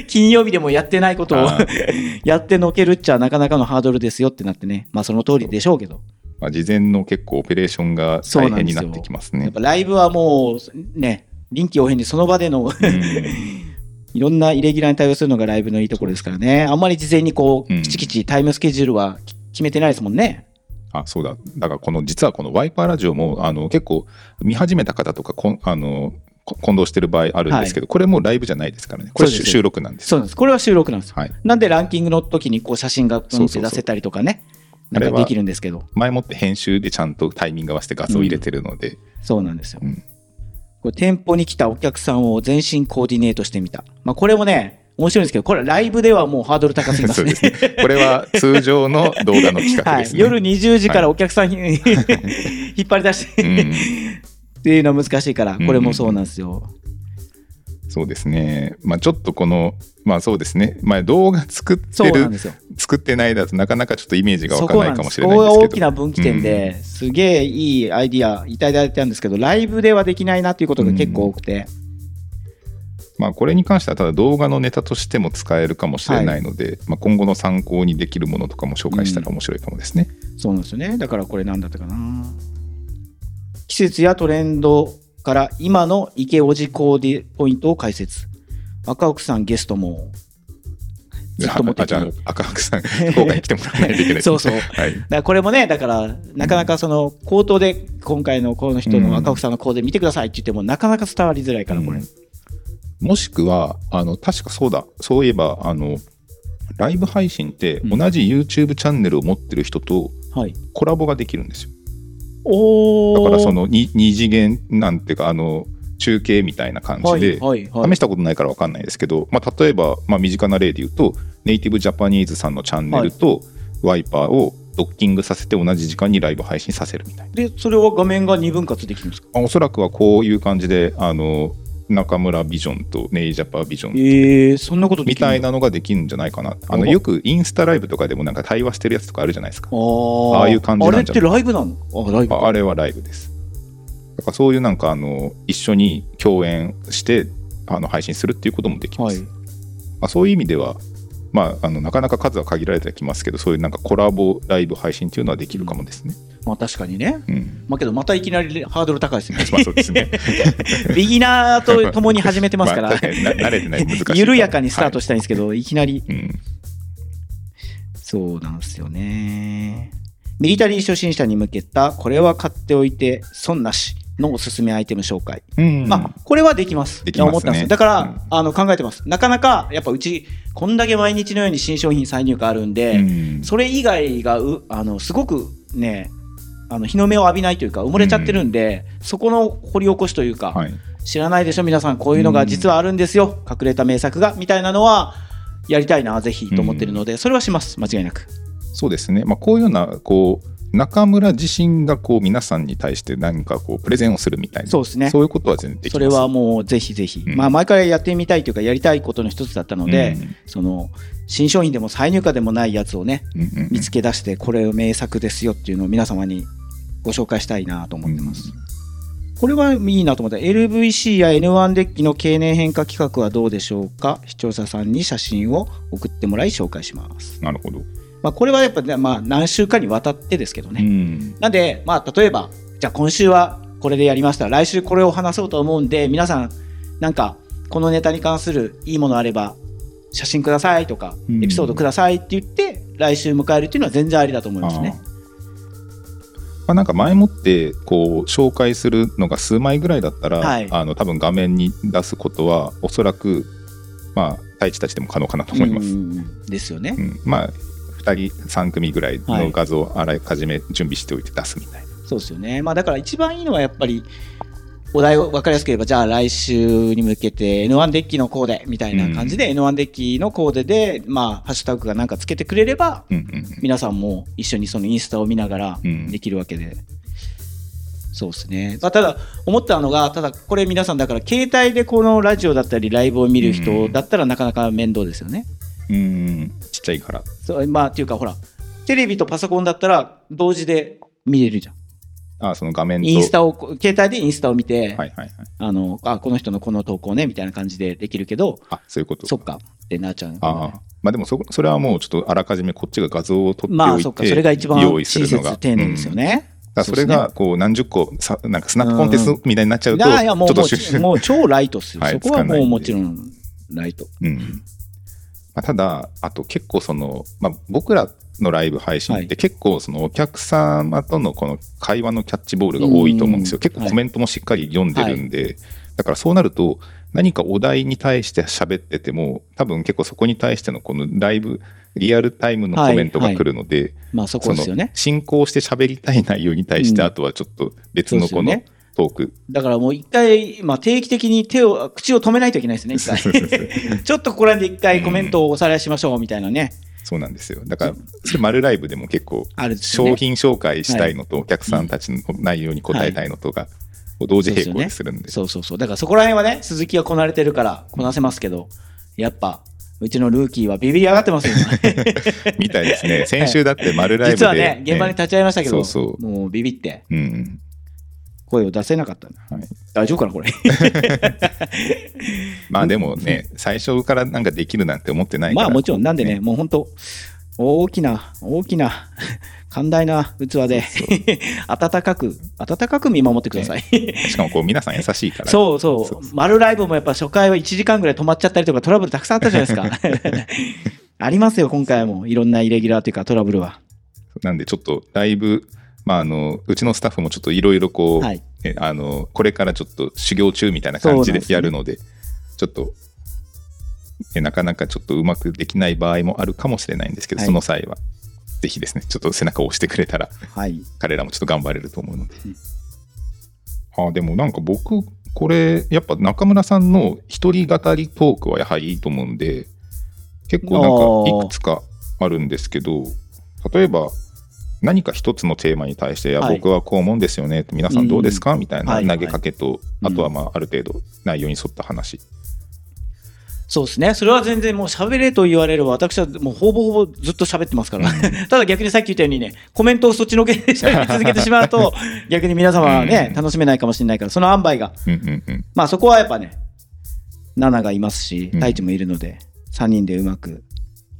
S4: 金曜日でもやってないことを
S3: あ
S4: やってのけるっちゃなかなかのハードルですよってなってねまあその通りでしょうけど
S3: まあ、事前の結構オペレーションが
S4: そう
S3: 大
S4: なんで
S3: 変に
S4: すよ
S3: なってきます
S4: やっ
S3: ね
S4: ぱライブはもうね臨機応変にその場での
S3: うん
S4: いろんなイレギュラーに対応するのがライブのいいところですからね。あんまり事前にこう、
S3: うん
S4: きちきちタイムスケジュールはき決めてないですもんね。
S3: あそうだだからこの実はこのワイパーラジオもあの結構見始めた方とかこんあのこ混同してる場合あるんですけど、これもうライブじゃないですからねこれ
S4: そうです
S3: 収録なんです
S4: そうなんです。これは収録なんですよ。
S3: はい、
S4: なんでランキングの時にこう写真が
S3: そう
S4: 出
S3: そうそう
S4: せたりとかね。
S3: あれ
S4: な
S3: は
S4: んかできるんですけど。
S3: 前もって編集でちゃんとタイミング合わせて画像を入れてるので、
S4: そうなんですよ。
S3: うん
S4: これ店舗に来たお客さんを全身コーディネートしてみた。まあ、これもね、面白いんですけど、これはライブではもうハードル高すぎます
S3: そう
S4: ね
S3: です。ねこれは通常の動画の企画
S4: は
S3: で
S4: い
S3: す、ね、
S4: 夜20時からお客さんに、 引っ張り出して、
S3: うん
S4: っていうのは難しいから、これもそうなんですよ。
S3: そうですねまあちょっとこのまあそうですね、まあ、動画作っ
S4: そ
S3: て
S4: うなん
S3: る
S4: ですよ。
S3: 作ってないだとなかなかちょっとイメージが
S4: そ
S3: わか
S4: こ
S3: らな
S4: ないん
S3: か
S4: で
S3: もし
S4: す。
S3: れ
S4: こ
S3: ない
S4: こ
S3: んで
S4: が
S3: すけ
S4: 大
S3: ど
S4: きな分岐点で、すげえいいアイディアいただいたんですけど、ライブではできないなっていうことが結構多くて、
S3: まあ、これに関してはただ動画のネタとしても使えるかもしれないので、まあ、今後の参考にできるものとかも紹介したら面白いかもですね。
S4: そうなんですよね。だからこれなんだったかな。季節やトレンドから今の池おじコーディポイントを解説。赤奥さんゲストもずっと持って
S3: あ
S4: きた
S3: じ
S4: だ
S3: ゃあ
S4: か
S3: 赤福さん今回来てもらわないといけないです ね
S4: そうそう
S3: はい
S4: らこれもね、だからなかなかその口頭で今回のこの人
S3: うん
S4: の赤奥さんのコーデ見てくださいって言ってもなかなか伝わりづらいからこれ。
S3: うんもしくはあの確かそうだそういえばあのライブ配信って
S4: うん
S3: 同じ YouTube チャンネルを持ってる人と
S4: はい。
S3: コラボができるんですよ。
S4: お
S3: だ
S4: ー
S3: からその 2, 二次元なんていうかあの中継みたいな感じで、
S4: はいはいはい
S3: 試したことないから分かんないですけど、まあ、例えば、まあ、身近な例で言うとネイティブジャパニーズさんのチャンネルとワイパーをドッキングさせて同じ時間にライブ配信させるみたいな
S4: でそれは画面が2分割できるんですか
S3: まあおそらくはこういう感じであの中村ビジョンとネイジャパビジョン
S4: えー、そんなことで
S3: み
S4: きる
S3: たい
S4: な
S3: なのができるんじゃないかなあの
S4: あ
S3: よくインスタライブとかでもなんか対話してるやつとかあるじゃないですか
S4: あー
S3: ああいう感じなんじ
S4: あ
S3: ゃない
S4: れってライブなのあライブ
S3: ああれはライブですだからそういうなんかあの一緒に共演してあの配信するっていうこともできま
S4: は
S3: す、
S4: い
S3: まあ、そういう意味では、まあ、あのなかなか数は限られてきますけどそういうなんかコラボライブ配信っていうのはできるかもですね。
S4: まあ確かにね
S3: うん
S4: まあけどまたいきなりハードル高いですね
S3: まあそうですね。
S4: ビギナーと共に始めてますか
S3: まあ
S4: ら
S3: 確かにな慣れてない難しいか ら。
S4: 緩やかにスタート
S3: し
S4: したいんですけど、い、きなり
S3: て、うん。
S4: そうなんですよねミリタリー初心者に向けたこれは買っておいて損なしのおすすめアイテム紹介
S3: うん
S4: まあ、これはできます。
S3: できますね
S4: 思ったんですよだから、
S3: うん
S4: あの考えてます。なかなか、やっぱうち、こんだけ毎日のように新商品再入荷あるんで、
S3: うん
S4: それ以外がうあのすごくね、あの日の目を浴びないというか、埋もれちゃってるんで、そこの掘り起こしというか、
S3: はい、
S4: 知らないでしょ、皆さん、こういうのが実はあるんですよ、隠れた名作が、みたいなのは、やりたいな、ぜひと思ってるので、それはします、間違いなく。
S3: そうですね。まあこういうようなこう中村自身がこう皆さんに対して何かこうプレゼンをするみたいな
S4: そうですね
S3: そういうことは全然でき
S4: そ
S3: ます。
S4: れはもうぜひぜひ、
S3: うん
S4: まあ毎回やってみたいというかやりたいことの一つだったので、
S3: うん
S4: その新商品でも再入荷でもないやつをね
S3: うんうんうん
S4: 見つけ出してこれ名作ですよっていうのを皆様にご紹介したいなと思ってます、これはいいなと思って LVC や N1 デッキの経年変化企画はどうでしょうか視聴者さんに写真を送ってもらい紹介します、
S3: なるほど。
S4: まあ、これはやっぱ、ねまあ、何週かにわたってですけどね、
S3: うん
S4: なんで、まあ、例えば、じゃあ今週はこれでやりました。来週これを話そうと思うんで、皆さん、なんか、このネタに関するいいものあれば、写真くださいとか、
S3: うん
S4: エピソードくださいって言って、来週迎えるっていうのは全然ありだと思いますね。
S3: あーまあ、なんか前もってこう紹介するのが数枚ぐらいだったら、
S4: はい
S3: あの多分画面に出すことはおそらくまあ太一たちでも可能かなと思います。うん
S4: うんですよね。
S3: まあ2人3組ぐらい
S4: は
S3: の
S4: い
S3: 画像をあらかじめ準備しておいて出すみたいな。
S4: そうですよね。まあ、だから一番いいのはやっぱり、お題を分かりやすく言えば、じゃあ来週に向けて N1 デッキのコーデみたいな感じで、N1 デッキのコーデで、まあ、ハッシュタグがなんかつけてくれれば、
S3: うんうんうん
S4: 皆さんも一緒にそのインスタを見ながら
S3: うん
S4: できるわけで、そうですね、まあ、ただ思ったのがただこれ皆さんだから携帯でこのラジオだったりライブを見る人だったらなかなか面倒ですよね。
S3: うんちっちゃいから。
S4: そうまあっていうかほらテレビとパソコンだったら同時で見れるじゃん。
S3: あその画面と。
S4: インスタをこう携帯でインスタを見て、
S3: はいはいはい。
S4: あのあこの人のこの投稿ねみたいな感じでできるけど
S3: あそういうこと。
S4: そっかってなっちゃうのかな
S3: ああまあでもそそれはもうちょっとあらかじめこっちが画像を取って
S4: ま
S3: お
S4: あ
S3: い
S4: そっか
S3: て
S4: それが一番
S3: 用
S4: 親
S3: 意するのが
S4: 切丁寧ですよ
S3: うん
S4: ね。
S3: だから
S4: そ
S3: それ
S4: うです
S3: がこう何十個さなんかスナップコンテンツみたいになっちゃうと
S4: いやいやも
S3: ち
S4: う
S3: ょっと
S4: も
S3: し
S4: うもう超ライトっすよ、
S3: はい
S4: そこは
S3: つか
S4: も
S3: ないん
S4: う
S3: で
S4: もちろんライト。
S3: うんまあ、ただ、あと結構その、まあ、僕らのライブ配信っ
S4: は
S3: て結構そのお客様とのこの会話のキャッチボールが多いと思うんですよ。
S4: うん
S3: 結構コメントもしっかり読んでるんで、だからそうなると何かお題に対して喋ってても多分結構そこに対してのこのライブリアルタイムのコメントが来るので、
S4: まあそこですよね。
S3: 進行して喋りたい内容に対して、
S4: うん
S3: あとはちょっと別のこ
S4: そうですよ
S3: の
S4: ね
S3: トーク。
S4: だからもう一回、まあ定期的に手を、口を止めないといけないですね、一 回。ちょっとここら辺で一回コメントをおさらいしましょうみたいなね。
S3: そうなんですよ。だから、それ丸ライブでも結構、
S4: あるんですよね
S3: 商品紹介したいのと、お客さんたちの内容に応えたいのとが、同時並行でするんで。
S4: そうそうそう。だからそこら辺はね、鈴木がこなれてるからこなせますけど、やっぱ、うちのルーキーはビビり上がってます よ、ね、
S3: みたいですね。先週だって丸ライブで。
S4: 実はね、現場に立ち会いましたけど、
S3: そうそ
S4: もうビビって
S3: う。うん。
S4: 声を出せなかったんだ。
S3: はい
S4: 大丈夫かな、これ。
S3: まあでもね、最初からなんかできるなんて思ってないか
S4: ま
S3: ら。
S4: あもちろん、なんでね、もう本当、大きな、大きな、寛大な器で、 温かく、温かく見守ってください。
S3: しかもこう、皆さん優しいか ら。
S4: そうそう
S3: そうそ
S4: 丸ライブもやっぱ初回は1時間ぐらい止まっちゃったりとかトラブルたくさんあったじゃないです か。ありますよ、今回も。いろんなイレギュラーというかトラブルは。
S3: なんでちょっとライブ、まあ、あのうちのスタッフもちょっといろいろこう、
S4: はい
S3: ねあのこれからちょっと修行中みたいな感じ
S4: そうなん
S3: で
S4: ですね
S3: やるのでちょっとねなかなかちょっとうまくできない場合もあるかもしれないんですけど、
S4: はい
S3: その際はぜひですねちょっと背中を押してくれたら
S4: はい。
S3: 彼らもちょっと頑張れると思うので、
S4: うん
S3: あでもなんか僕これやっぱ中村さんの一人語りトークはやはりいいと思うんで結構なんかいくつかあるんですけど例えば何か一つのテーマに対して「いや
S4: はい
S3: 僕はこう思うんですよね」って「皆さんどうですか?」みたい
S4: は
S3: ない投げかけと、
S4: はい
S3: あとはまあある程度内容に沿った話、
S4: そうですね。それは全然もう喋れと言われれば、私はもうほぼほぼずっと喋ってますから。 ただ逆にさっき言ったようにね、コメントをそっちのけで喋り続けてしまうと、 逆に皆様はね
S3: う、ん
S4: 楽しめないかもしれないから、その塩梅が。
S3: うんうんうん、
S4: まあそこはやっぱね、ナナがいますし、
S3: うん
S4: 太一もいるので、3人でうまく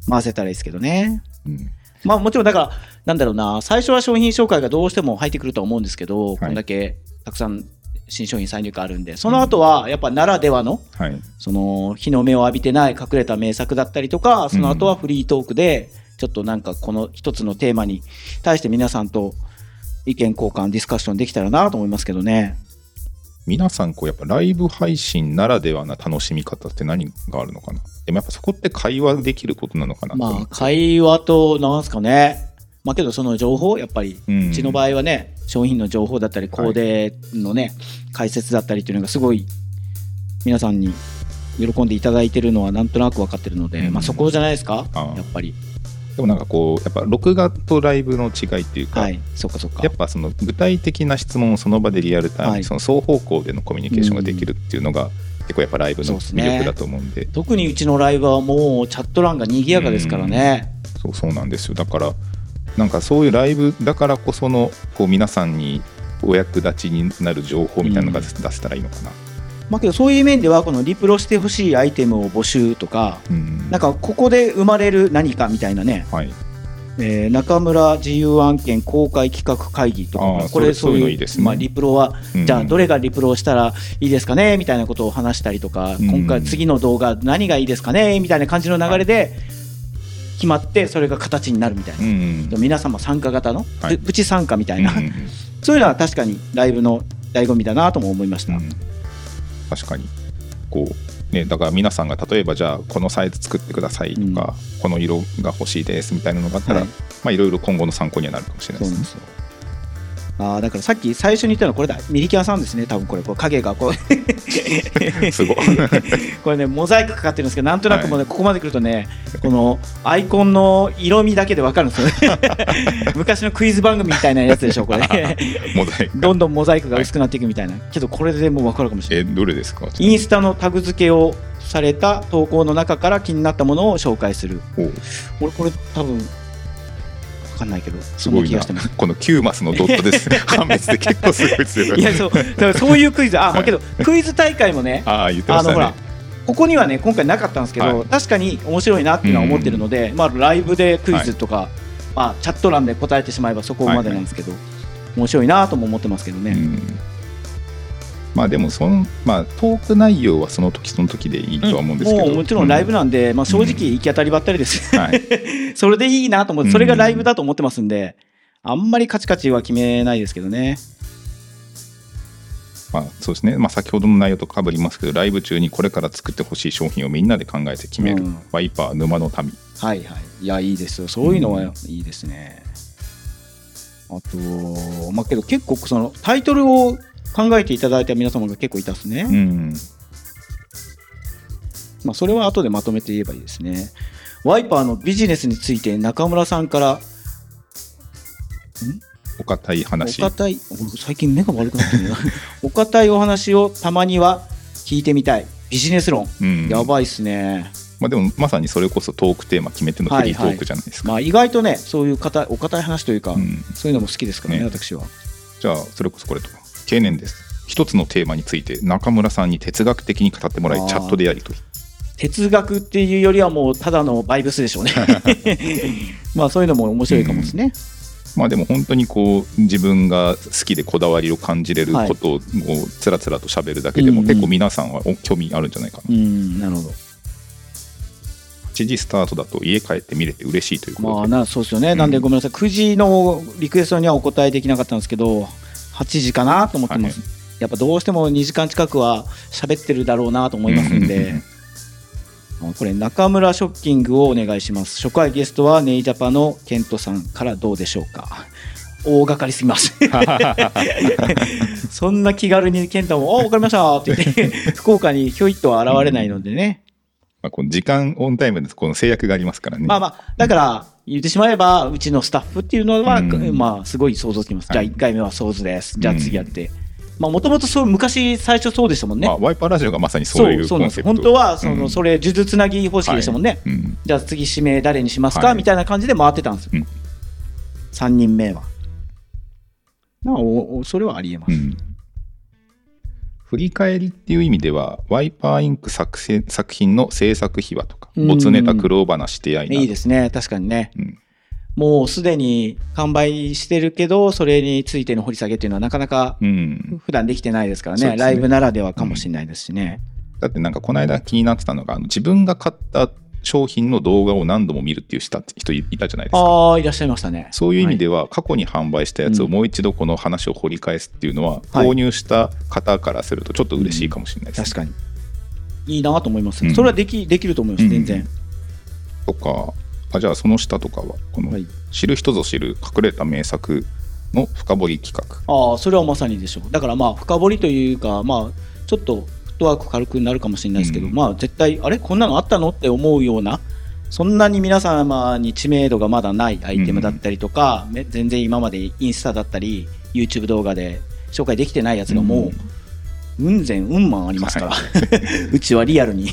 S4: 回せたらいいですけどね。
S3: うん
S4: まあもちろんだから、なんだろうな、最初は商品紹介がどうしても入ってくるとは思うんですけど、こんだけたくさん新商品再入荷あるんで、その後はやっぱならではの、
S3: はい、
S4: その日の目を浴びてない隠れた名作だったりとか、その後はフリートークで、ちょっとなんかこの一つのテーマに対して皆さんと意見交換、ディスカッションできたらなと思いますけどね。
S3: 皆さんこうやっぱライブ配信ならではな楽しみ方って何があるのかなでもやっぱそこって会話できることなのかなと思う
S4: まあ会話となんすかね。まあけどその情報、やっぱり
S3: うん
S4: うちの場合はね、商品の情報だったり、コーデのね、解説だったりっていうのがすごい皆さんに喜んでいただいてるのはなんとなく分かってるので、
S3: うん
S4: まあそこじゃないですか、
S3: ああ
S4: やっぱり。
S3: でもなんかこうやっぱ録画とライブの違いっていうか、
S4: はい、そっかそっか
S3: や。っぱその具体的な質問をその場でリアルタイムに、
S4: はい
S3: その双方向でのコミュニケーションができるっていうのが結構やっぱライブ
S4: そう
S3: の
S4: っす
S3: 魅
S4: ね
S3: 力だと思うんで
S4: 特にうちのライブはもうチャット欄が賑やかですからね。
S3: そうそうなんですよだからなんかそういうライブだからこそのこう皆さんにお役立ちになる情報みたいなのが
S4: うん
S3: 出せたらいいのかな。
S4: まあけどそういう面では、このリプロしてほしいアイテムを募集とか、
S3: うん
S4: なんかここで生まれる何かみたいなね、
S3: はい、
S4: えー中村自由案件公開企画会議とか
S3: あ
S4: も
S3: ー
S4: これ
S3: そ
S4: そ
S3: れ
S4: う
S3: そういうの
S4: い
S3: いういですね
S4: まあ、リプロは、
S3: うん
S4: じゃあどれがリプロをしたらいいですかねみたいなことを話したりとか、
S3: うん
S4: 今回次の動画何がいいですかねみたいな感じの流れで決まってそれが形になるみたいな
S3: う、ん
S4: 皆様参加型の、
S3: はい
S4: プチ参加みたいな、
S3: うん
S4: そういうのは確かにライブの醍醐味だなとも思いました、
S3: うん確かにこう、ね、だから皆さんが例えばじゃあこのサイズ作ってくださいとか、この色が欲しいですみたいなのがあったら、
S4: はい
S3: いまあ、いろいろ今後の参考にはなるかもしれない
S4: そう
S3: で
S4: なん
S3: す
S4: で
S3: ね。
S4: すよあーだからさっき最初に言ったのはこれだミリキャンさんですね多分これこう影が こう
S3: すごい
S4: これねモザイクかかってるんですけどなんとなくもうね、ここまで来るとねこのアイコンの色味だけでわかるんですよ ね昔のクイズ番組みたいなやつでしょこれ
S3: モザイク
S4: どんどんモザイクが薄くなっていくみたいな、けどこれでもう分かるかもしれない
S3: えどれですか
S4: インスタのタグ付けをされた投稿の中から気になったものを紹介する
S3: お
S4: 俺これ多分分かんないけど
S3: す
S4: そ
S3: ご
S4: んな気
S3: い
S4: が
S3: な
S4: してます
S3: この9マスのドットです 判別で結構すごいです よ
S4: いやそうだからそういうクイズあ、まあけどクイズ大会もね
S3: ああ言ってま
S4: あ
S3: し
S4: の
S3: た
S4: ほ
S3: ね
S4: らここにはね今回なかったんですけど、
S3: は
S4: 確かに面白いなっていうのは思ってるので、まあ、ライブでクイズとか、まあ、チャット欄で答えてしまえばそこまでなんですけど、面白いなとも思ってますけどね、
S3: うんまあでもその、まあ、トーク内容はその時その時でいいとは思うんですけど、
S4: もうもちろんライブ
S3: な
S4: なんで、まあ、正直行き当たりばったりです、
S3: はい
S4: それでいいなと思っ
S3: う
S4: て
S3: ん
S4: それがライブだと思ってますんであんまりカチカチは決めないですけどね
S3: まあ、そうですね、まあ、先ほどの内容とかぶりますけどライブ中にこれから作ってほしい商品をみんなで考えて決める、
S4: うん
S3: ワイパー沼の民
S4: はいはいいやいいですよそういうのはいいですね、あとまあけど結構そのタイトルを考えていただいた皆様が結構いたっすね、
S3: うん
S4: まあ、それは後でまとめて言えばいいですね。ワイパーのビジネスについて中村さんから
S3: お堅い
S4: お
S3: 話
S4: 堅い俺最近目が悪くなって るなお堅いお話をたまには聞いてみたいビジネス論、
S3: うん
S4: やばいっすね、
S3: まあ、でもまさにそれこそトークテーマ決めてのフリートークじゃないですか、
S4: まあ、意外とねそういう堅いお堅い話というか、
S3: うん、
S4: そういうのも好きですからね
S3: ね
S4: 私は
S3: じゃあそれこそこれとか経年です一つのテーマについて中村さんに哲学的に語ってもら
S4: あー
S3: いチャットでやりとり
S4: 哲学っていうよりはもうただのバイブスでしょうねまあそういうのも面白いかもですね、
S3: まあでも本当にこう自分が好きでこだわりを感じれる
S4: はい
S3: ことをつらつらと喋るだけでも
S4: うんうん
S3: 結構皆さんはお興味あるんじゃないかな、
S4: うんなるほど
S3: 8時スタートだと家帰って見れて嬉しいということで、
S4: まあなそうですよね、
S3: ん
S4: なんでごめんなさい、9時のリクエストにはお答えできなかったんですけど、8時かなと思ってます、やっぱどうしても2時間近くは喋ってるだろうなと思いますん
S3: うんうん
S4: で、あこれ、中村ショッキングをお願いします、初回ゲストはネイジャパのケントさんからどうでしょうか。大掛かりすぎ ます。そんな気軽にケンタも、お、わかりましたって言って、福岡にひょいっとは現れないのでね。
S3: まあこの時間オンタイムですこの制約がありますからね、
S4: まあまあ、だから、言ってしまえば、うちのスタッフっていうのは、
S3: うん
S4: まあ、すごい想像つきます。じゃあ、
S3: はい
S4: 1回目は想像です。じゃあ、
S3: うん
S4: 次やって。まあ、もともとそう、昔、最初そうでしたもんね。
S3: まあワイパーラジオがまさにそういう
S4: そ
S3: コ
S4: うなん
S3: ン
S4: です
S3: セプ
S4: よ。
S3: ト
S4: 本当は、その、
S3: うん
S4: それ、数珠つなぎ方式でしたもんね。
S3: はいうん
S4: じゃあ、次、指名誰にしますか、
S3: はい
S4: みたいな感じで回ってたんですよ。
S3: うん
S4: 3人目は。まあ、おおそれはありえます。
S3: うん振り返りっていう意味ではワイパーインク作成作品の制作秘話とか
S4: うん
S3: 没ネタ苦労話出会いなど
S4: いいですね。確かにね。
S3: うん
S4: もうすでに完売してるけど、それについての掘り下げっていうのはなかなか
S3: うん、
S4: 普段できてないですからね
S3: そうですね
S4: ライブならではかもしれないですしね、
S3: だってなんかこの間気になってたのがあの自分が買った商品の動画を何度も見るっていう人人いたじゃないですか
S4: ああいらっしゃいましたね
S3: そういう意味
S4: は
S3: では過去に販売したやつ
S4: う
S3: を
S4: ん
S3: もう一度この話を掘り返すっていうのは
S4: はい
S3: 購入した方からするとちょっと嬉しいかもしれない
S4: い
S3: です、
S4: 確かにいいなと思います、
S3: うん
S4: それはできできると思います
S3: うん
S4: 全然、
S3: とかあじゃあその下とかはこの
S4: はい
S3: 知る人ぞ知る隠れた名作の深掘り企画
S4: ああそれはまさにでしょうだからまあ深掘りというかまあちょっとフットワーク軽くなるかもしれないですけど、
S3: うん
S4: まあ絶対あれこんなのあったのって思うようなそんなに皆様に知名度がまだないアイテムだったりとか、め全然今までインスタだったり YouTube 動画で紹介できてないやつがもう、雲仙雲満ありますから、 うちはリアルに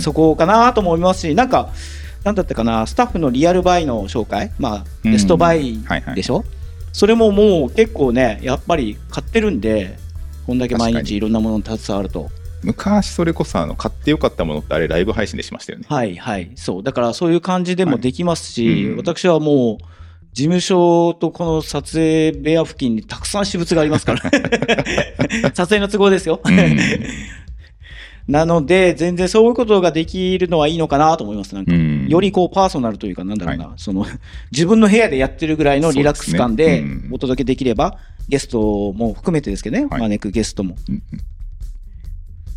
S4: そこかなとも思いますしなんかなんだったかなスタッフのリアルバイの紹介まあ
S3: うん
S4: ベストバイ
S3: はいはい
S4: でしょ、それももう結構ねやっぱり買ってるんでこんだけ毎
S3: 確か
S4: 日
S3: に
S4: いろんなものに携わると
S3: 昔それこそあの買ってよかったものってあれライブ配信でしましたよね。
S4: はいはいそうだからそういう感じでもできますし、
S3: はいうん
S4: 私はもう事務所とこの撮影部屋付近にたくさん私物があります から撮影の都合ですよ、なので、全然そういうことができるのはいいのかなと思います。なんか
S3: うん
S4: よりこうパーソナルというか、なんだろうな、その自分の部屋でやってるぐらいのリラックス感で
S3: そうですねうん
S4: お届けできれば、ゲストも含めてですけどね、
S3: はい
S4: 招くゲストも。
S3: うん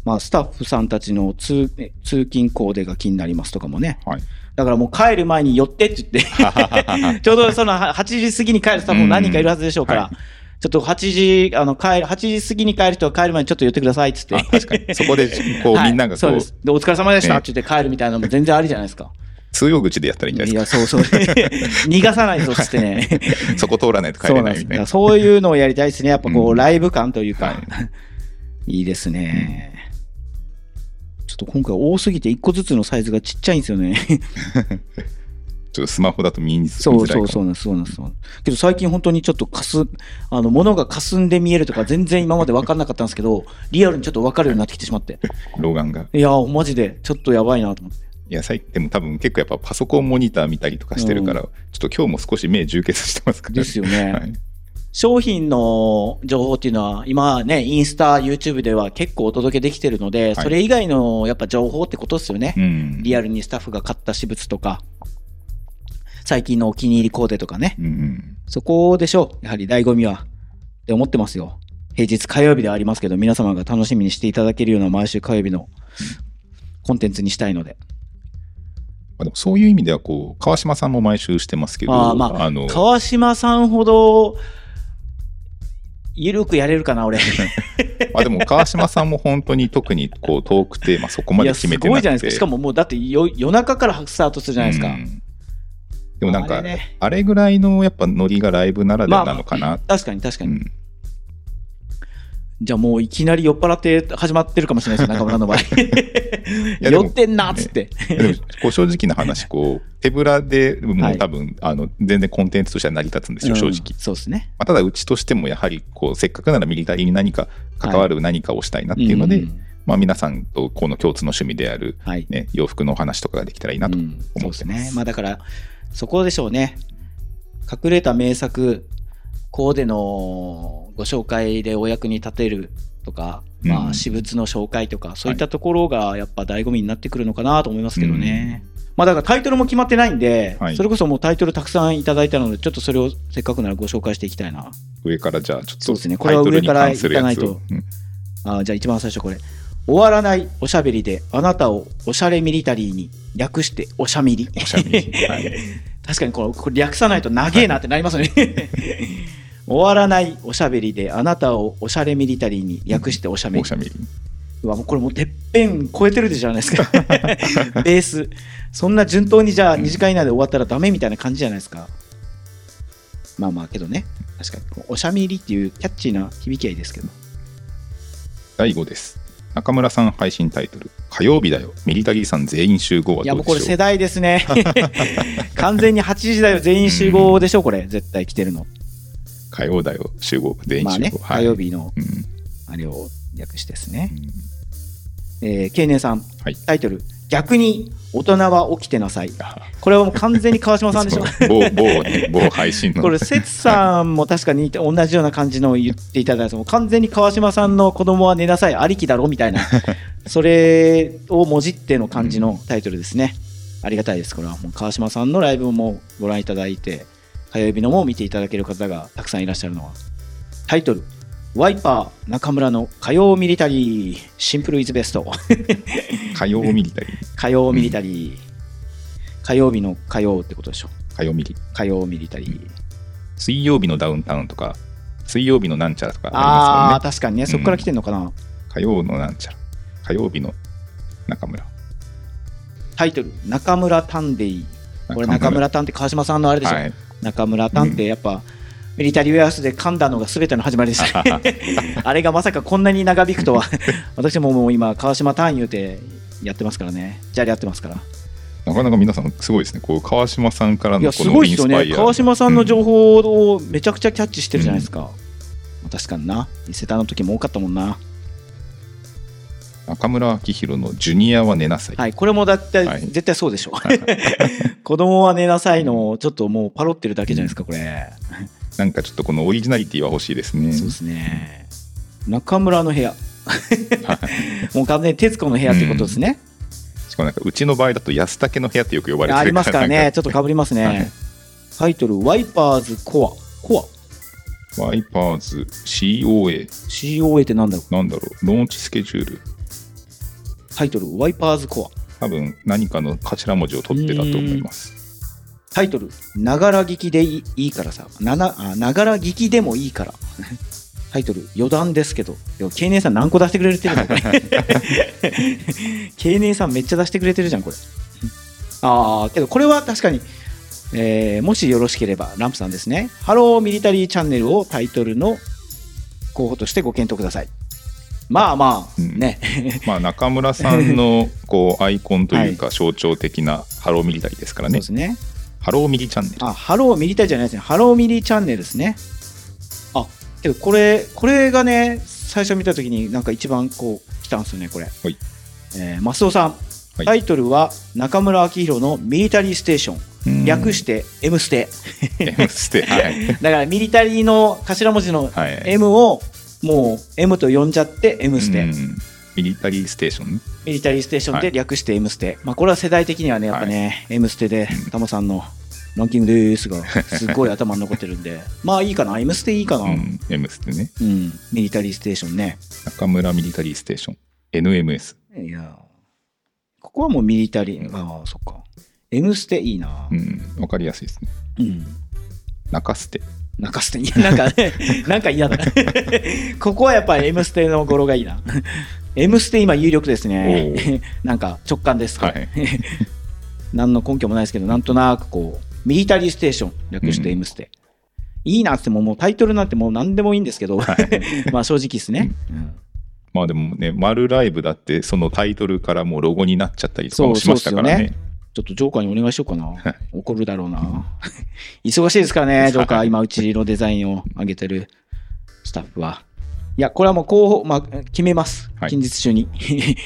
S4: まあ、スタッフさんたちの通通勤コーデが気になりますとかもね。
S3: はい、
S4: だからもう帰る前に寄ってって言 って、ちょうどそのは8時過ぎに帰るスタッフも何人かいるはずでしょうから、
S3: うん
S4: ちょっと8時、あの、帰る、8時過ぎに帰る人は帰る前にちょっと寄ってくださいって言っ
S3: あ
S4: て。
S3: 確かにそこでこう、
S4: はい
S3: みんながこ
S4: そう
S3: う
S4: ですでお疲れ様でした
S3: ね
S4: って言って帰るみたいなのも全然ありじゃないですか。
S3: 通用口でやったらいいんじゃない
S4: い
S3: で
S4: や、そうそう。逃がさないぞっつってね。
S3: すかそこ通らないと帰
S4: そう
S3: れ
S4: なん
S3: な
S4: で
S3: い
S4: す。
S3: み
S4: だか
S3: たい
S4: ら
S3: な。
S4: そういうのをやりたいですね。やっぱこ
S3: う
S4: う、
S3: ん
S4: ライブ感というか
S3: は。
S4: いいですね。ちょっと今回多すぎて一個ずつのサイズがちっちゃいんですよね。
S3: ちょっとスマホだと見にづ
S4: そ
S3: 見づ
S4: う
S3: らいか
S4: そ
S3: も
S4: うそうなんです、そうなんです。そうなんですけど最近本当にちょっとかす、あの、物が霞んで見えるとか全然今まで分からなかったんですけど、リアルにちょっと分かるようになってきてしまって。
S3: 老眼が。
S4: いやー、マジでちょっとやばいなと思って。
S3: いや最でも多分結構やっぱパソコンモニター見たりとかしてるから、ちょっと今日も少し目充血してますから
S4: ですよね
S3: はい
S4: 商品の情報っていうのは今ねインスタ YouTube では結構お届けできてるので、
S3: はい
S4: それ以外のやっぱ情報ってことですよね、
S3: うん
S4: リアルにスタッフが買った私物とか最近のお気に入りコーデとかね
S3: うんうん
S4: そこでしょうやはり醍醐味はって思ってますよ平日火曜日ではありますけど皆様が楽しみにしていただけるような毎週火曜日のコンテンツにしたいので
S3: まあ、でもそういう意味ではこう川島さんも毎週してますけど
S4: あーまあ
S3: の
S4: 川島さんほどゆるくやれるかな俺
S3: まあでも川島さんも本当に特にこうトークテーマそこま
S4: い
S3: で
S4: や
S3: 決
S4: す
S3: めて
S4: ご
S3: ないくて
S4: じゃないですかしかももうだってよ夜中からスタートするじゃないですか、
S3: うんでもなんか
S4: あ
S3: あ
S4: れ
S3: れ,、
S4: ね
S3: ぐらいのやっぱノリがライブならではなのかな、
S4: 確かに確か
S3: う
S4: に、
S3: ん
S4: じゃあもういきなり酔っ払って始まってるかもしれないですよ中村さんの場 合
S3: やでも
S4: 酔ってんなっつって、
S3: いやでもこう正直な話こう手ぶらでもう多分、あの全然コンテンツとしては成り立つんですよ正直、
S4: うんそうですね
S3: まあ、ただうちとしてもやはりこうせっかくならミリタリーに何か関わる何かをしたいなっていうので、
S4: ん
S3: まあ、皆さんとこの共通の趣味である、
S4: はい
S3: ね、洋服のお話とかができたらいいなと、
S4: うん
S3: 思って
S4: そう
S3: ま
S4: ですすねまあだからそこでしょうね隠れた名作コーデのご紹介でお役に立てるとか、ま
S3: う
S4: あ、
S3: ん
S4: 私物の紹介とか、そういったところがやっぱ醍醐味になってくるのかなと思いますけどね、まあだからタイトルも決まってないんで、
S3: はい
S4: それこそもうタイトルたくさんいただいたのでちょっとそれをせっかくならご紹介していきたいな
S3: 上からじゃあち
S4: そう
S3: ょっ
S4: ですね
S3: と
S4: こ
S3: タ
S4: れ
S3: イ
S4: は
S3: トル
S4: 上
S3: に
S4: から
S3: 関するやつ
S4: 行
S3: を
S4: か、
S3: うん
S4: あーじゃあ一番最初これ終わらないおしゃべりであなたをおしゃれミリタリーに略しておしゃみり
S3: おしゃべり、はい
S4: 確かにこれこれ略さないと長えなってなりますよね、 終わらないおしゃべりであなたをおしゃれミリタリーに略しておしゃべ
S3: お
S4: り
S3: しゃべり
S4: うわもうこれもうてっぺん超えてるじゃ ないですかベースそんな順当にじゃあ2時間以内で終わったらダメみたいな感じじゃないですか、まあまあけどね確かにこうおしゃみりっていうキャッチーな響き合いですけど
S3: 第5です中村さん配信タイトル「火曜日だよミリタリーさん全員集合」はい
S4: や
S3: ど
S4: もう
S3: う
S4: これ
S3: でしょ
S4: 世
S3: う
S4: 代です ね完全に8時だよ全員集合でしょこれ絶対来てるの
S3: 火曜だよ集合全員
S4: まあ
S3: 集
S4: ね
S3: 合、
S4: 火曜日の
S3: うんうん
S4: あれを略してですね、えー、ケイネさん、
S3: はい
S4: タイトル「逆に大人は起きてなさい
S3: あ」
S4: これはもう完全に川島さんでしょ
S3: その某某ね某配信の
S4: これ節さんも確かに同じような感じのを言っていただいたんですもう完全に川島さんの子供は寝なさいありきだろみたい なそれをもじっての感じのタイトルですね、ありがたいですこれはもう川島さんのライブもご覧いただいて火曜日のも見ていただける方がたくさんいらっしゃるのはタイトル「ワイパー中村の火曜ミリタリーシンプルイズベスト」
S3: 火曜ミリタリー
S4: 火曜ミリタリー、火曜日の火曜ってことでしょ
S3: 火曜ミリ
S4: 火曜ミリタリー
S3: 水曜日のダウンタウンとか水曜日のなんちゃらとか
S4: あ
S3: あ
S4: あー確かにねそこから来てんのかな、
S3: りますもんね火曜のなんちゃら火曜日の中村
S4: タイトル「中村探偵」これ中村探偵川島さんのあれでしょ、
S3: はい
S4: 中村探偵やっぱ、ミリタリーウェアハウスで噛んだのが全ての始まりです あれがまさかこんなに長引くとは 私ももう今川島探言うてやってますからねじゃりやってますから
S3: なかなか皆さんすごいですねこう川島さんから
S4: い
S3: の
S4: や
S3: こ
S4: すご
S3: の
S4: いで
S3: イン
S4: すよ
S3: スパ
S4: ね
S3: イア
S4: 川島さんの情
S3: 報
S4: 報をめちゃくちゃキャッチしてるじゃないですか、確かにな伊勢丹の時も多かったもんな
S3: 中村明宏の「ジュニアは寝なさい」
S4: はい、これもだって、
S3: はい
S4: 絶対そうで しょ。子供は寝なさいの、ちょっともうパロってるだけじゃないですか、これ。
S3: なんかちょっとこのオリジナリティは欲しいですね
S4: そうですね。中村の部屋。もう完全に徹子の部屋ってことですね。
S3: しかもなんかうちの場合だと安竹の部屋ってよく呼ばれて
S4: あ
S3: る
S4: ありますから
S3: な
S4: ね
S3: ん、
S4: ちょっとかぶりますね。
S3: はい
S4: タイトル、ワイパーズコア。コ
S3: ワイパーズ COA
S4: ア ?COA ってなんだろ
S3: なんだろうローンチスケジュール
S4: うタイトル、ワイパーズコ
S3: 多分何かの頭文字を取ってたと思います
S4: ア。タイトル、ながら聞きでいいいいからさ。なな、あながら聞きでもいいから。 タイトル、余談ですけど。いや、経年さん何個出してくれるってるのこれ。 経年さんめっちゃ出してくれてるじゃんこれああけどこれは確かに、えーもしよろしければランプさんですね「ハローミリタリーチャンネル」をタイトルの候補としてご検討くださいまあまあ
S3: うん
S4: ね、
S3: まあ中村さ んのこうアイコンというか象徴的なハローミリタリーですから
S4: そう
S3: ね
S4: ですね
S3: ハローミリチャンネル
S4: あハローミリタリーじゃないですねハローミリチャンネルですねあけどこれこれがね最初見た時になんか一番こう来たんですよねこれ
S3: はい
S4: えーマスオさん
S3: はい
S4: タイトルは中村明宏のミリタリーステーショ
S3: うん
S4: ン略して M ステ
S3: M ステ、はい。
S4: だからミリタリーの頭文字の
S3: はい
S4: M をもう M と呼んじゃって M ステ、
S3: うんミリタリーステーションね
S4: ミリタリーステーション
S3: は
S4: で
S3: い
S4: 略して M ステ、まあ、これは世代的にはねやっぱね、M ステでタモさんのランキングです がすっごい頭に残ってるんでまあいいかな M ステいいかな、う
S3: うんん。M ステね。
S4: ミリタリーステーションね
S3: 中村ミリタリーステーション。NMS。
S4: いやーここはもうミリタリー、ああそっか M ステいいな
S3: うん。わかりやすいですね。
S4: うん
S3: 中ステ。
S4: なんか捨て、いや なんかね、なんか嫌だ。 ここはやっぱり M ステの語呂がいいな。M ステ今有力ですね。 なんか直感ですか、
S3: はい。
S4: 何の根拠もないですけど、なんとなくこう、ミリタリーステーション、略して
S3: うん
S4: M ステ。いいなっつっても、もうタイトルなんてもう何でもいいんですけど、 まあ正直ですね。うん
S3: まあでもね、丸ライブだって、そのタイトルからもうロゴになっちゃったりとかも
S4: そう
S3: しましたからね。
S4: ちょっとジョーカーにお願いしようかな
S3: はい。
S4: 怒るだろうな。 忙しいですからね、ジョーカー、今、うちのデザインを上げてるスタッフは。いや、これはもう候補、まあ、決めます。
S3: はい
S4: 近日中に。 って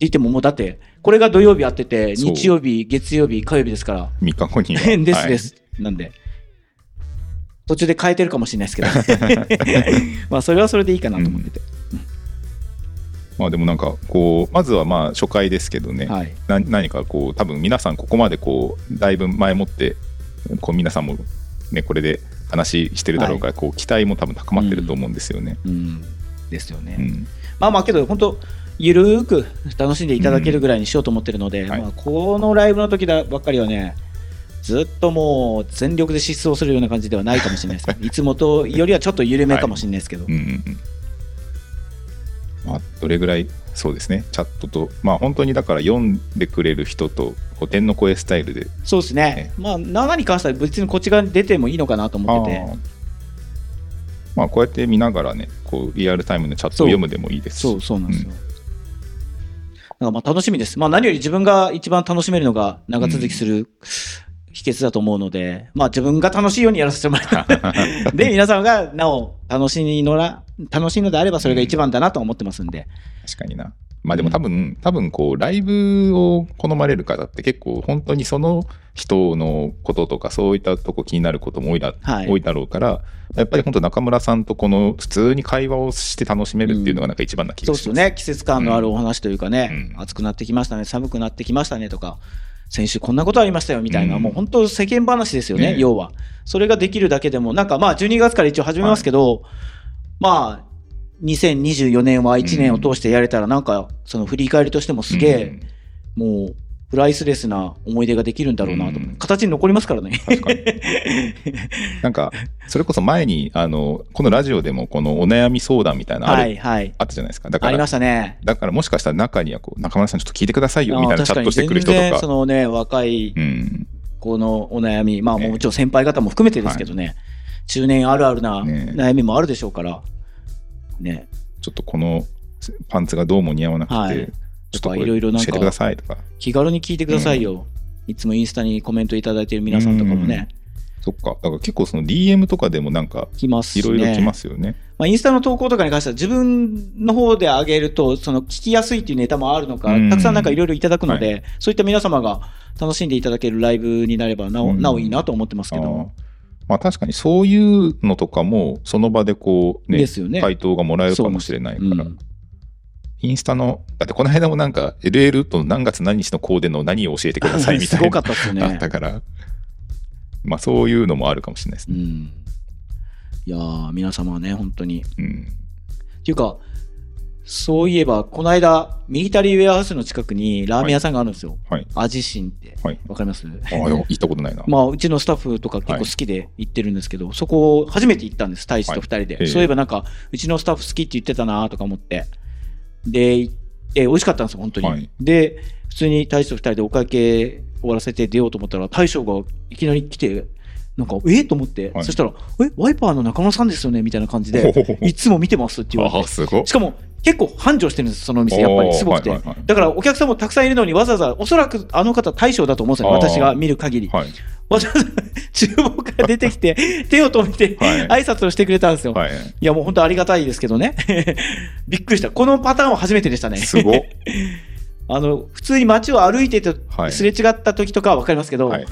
S4: 言っても、もうだって、これが土曜日あってて、
S3: そう
S4: 日曜日、月曜日、火曜日ですから。
S3: 3日後には。
S4: で
S3: は
S4: す
S3: い
S4: です。なんで。途中で変えてるかもしれないですけど。 まあ、それはそれでいいかなと思ってて。
S3: まあでもなんかこうまずはまあ初回ですけどね、
S4: はい。
S3: な何かこう多分皆さんここまでこうだいぶ前もってこう皆さんもねこれで話してるだろうから、こう期待も多分高まってると思うんですよね。
S4: うん。ですよね。
S3: うん
S4: まあまあけど本当ゆるーく楽しんでいただけるぐらいにしようと思ってるので、
S3: んはい
S4: まあ、このライブの時だばっかりはねずっともう全力で疾走するような感じではないかもしれないで すけどいつもとよりはちょっと緩めかもしれないですけど、
S3: うんうんうんまあ、どれぐらいそうですねチャットとまあ本当にだから読んでくれる人とこう天の声スタイルで
S4: そうですね、まあ長に関しては別にこっち側に出てもいいのかなと思ってて
S3: あーまあこうやって見ながらねこうリアルタイムのチャットを読むでもいいですし
S4: そうそうなんですよ、なんかまあ楽しみです、まあ、何より自分が一番楽しめるのが長続きする秘訣だと思うので、まあ、自分が楽しいようにやらせても らったで、皆さんがなお楽しいのら、楽しいのであればそれが一番だなと思ってますんで。
S3: 確かにな。まあでも多分、多分こう、ライブを好まれる方って結構本当にその人のこととかそういったとこ気になることも多いだ,、
S4: はい
S3: 多いだろうから、やっぱり本当中村さんとこの普通に会話をして楽しめるっていうのがなんか一番な気
S4: そ
S3: が
S4: うで
S3: し
S4: す
S3: ま
S4: よ
S3: す。
S4: ね。季節感のあるお話というかね、
S3: うん
S4: 暑くなってきましたね、寒くなってきましたねとか、先週こんなことありましたよみたいな、
S3: うん
S4: もう本当世間話ですよね、
S3: ねえ
S4: 要は。それができるだけでも、なんかまあ12月から一応始めますけど、まあ、2024年は1年を通してやれたら、なんかその振り返りとしてもすげえ、もう、プライスレスな思い出ができるんだろうなと思って、
S3: うん
S4: 形に残りますからね。
S3: うん確かに。なんか、それこそ前に、あの、このラジオでもこのお悩み相談みたいなのある、
S4: はいはい。
S3: あったじゃないですか。だか
S4: あり
S3: ら
S4: ま、したね。
S3: だからもしかしたら中にはこう、中村さんちょっと聞いてくださいよみたい
S4: あ
S3: な
S4: ー
S3: チャットしてくる人
S4: 確に全然
S3: と
S4: そ
S3: か。
S4: のね、若い
S3: うん。
S4: 子のお悩み、まあ
S3: ね
S4: もちろん先輩方も含めてですけどね、中年あるあるな
S3: ね
S4: 悩みもあるでしょうから、ね、
S3: ちょっとこのパンツがどうも似合わなくて、
S4: はい
S3: ちょっとこれ
S4: とかいろいろなんか
S3: 教えてくださいとか、
S4: 気軽に聞いてくださいよ。いつもインスタにコメントいただいてる皆さんとかもね、
S3: そっか、だから結構その DM とかでもなんか、
S4: 来ます
S3: い
S4: しね。
S3: ろいろ来ますよね。
S4: まあ、インスタの投稿とかに関しては、自分の方で上げると、その聞きやすいっていうネタもあるのか、
S3: うん
S4: たくさんなんかいろいろいただくので、そういった皆様が楽しんでいただけるライブになればなお、
S3: うん
S4: なおいいなと思ってますけ
S3: あー
S4: ど、
S3: まあ確かにそういうのとかも、その場でこうね
S4: ですよね。
S3: 回答がもらえるかもしれないか
S4: う
S3: ら、
S4: ん
S3: インスタの、だってこの間もなんか、LL と何月何日のコーデの何を教えて くださいみた
S4: す
S3: い
S4: ごか
S3: な、
S4: ったですよね。
S3: あったから、まあそういうのもあるかもしれないです
S4: う
S3: ね。
S4: ん、いやー皆様はね本当に。っ
S3: うん。
S4: ていうかそういえばこの間ミリタリーウェアハウスの近くにラーメン屋さんがあるんですよ。
S3: はい。
S4: アジシンって
S3: はい。
S4: わかります
S3: ああ、でも行ったことないな。
S4: まあ、うちのスタッフとか結構好きで行ってるんですけど、そこ初めて行ったんです、大使と2人で。
S3: ええ
S4: そういえばなんか、うちのスタッフ好きって言ってたなとか思って。で、行って、美味しかったんですよ、本当に。
S3: はい
S4: で、普通に大使と2人でお会計終わらせて出ようと思ったら、大将がいきなり来て、なんか、えと思って、
S3: はい
S4: そしたら、え、ワイパーの中村さんですよねみたいな感じ で、いつも見てますって言わ
S3: あ
S4: れ
S3: あ、
S4: て。
S3: すごっ
S4: しかも、結構繁盛してるんです、そのお店、やっぱりすごくて。
S3: おーはいはいはい
S4: だからお客さんもたくさんいるのにわざわざおそらくあの方大将だと思うんですよね
S3: あー
S4: 私が見る限り、
S3: はい。
S4: わざわざ厨房から出てきて、手を止めて、
S3: は
S4: 挨拶をしてくれたんですよ。い
S3: はい。
S4: やもう本 当ありがたいですけどね。びっくりした。このパターンは初めてでしたね。
S3: すごっ。
S4: あの普通に街を歩いてて
S3: はい
S4: すれ違った時とかは分かりますけど、
S3: はい、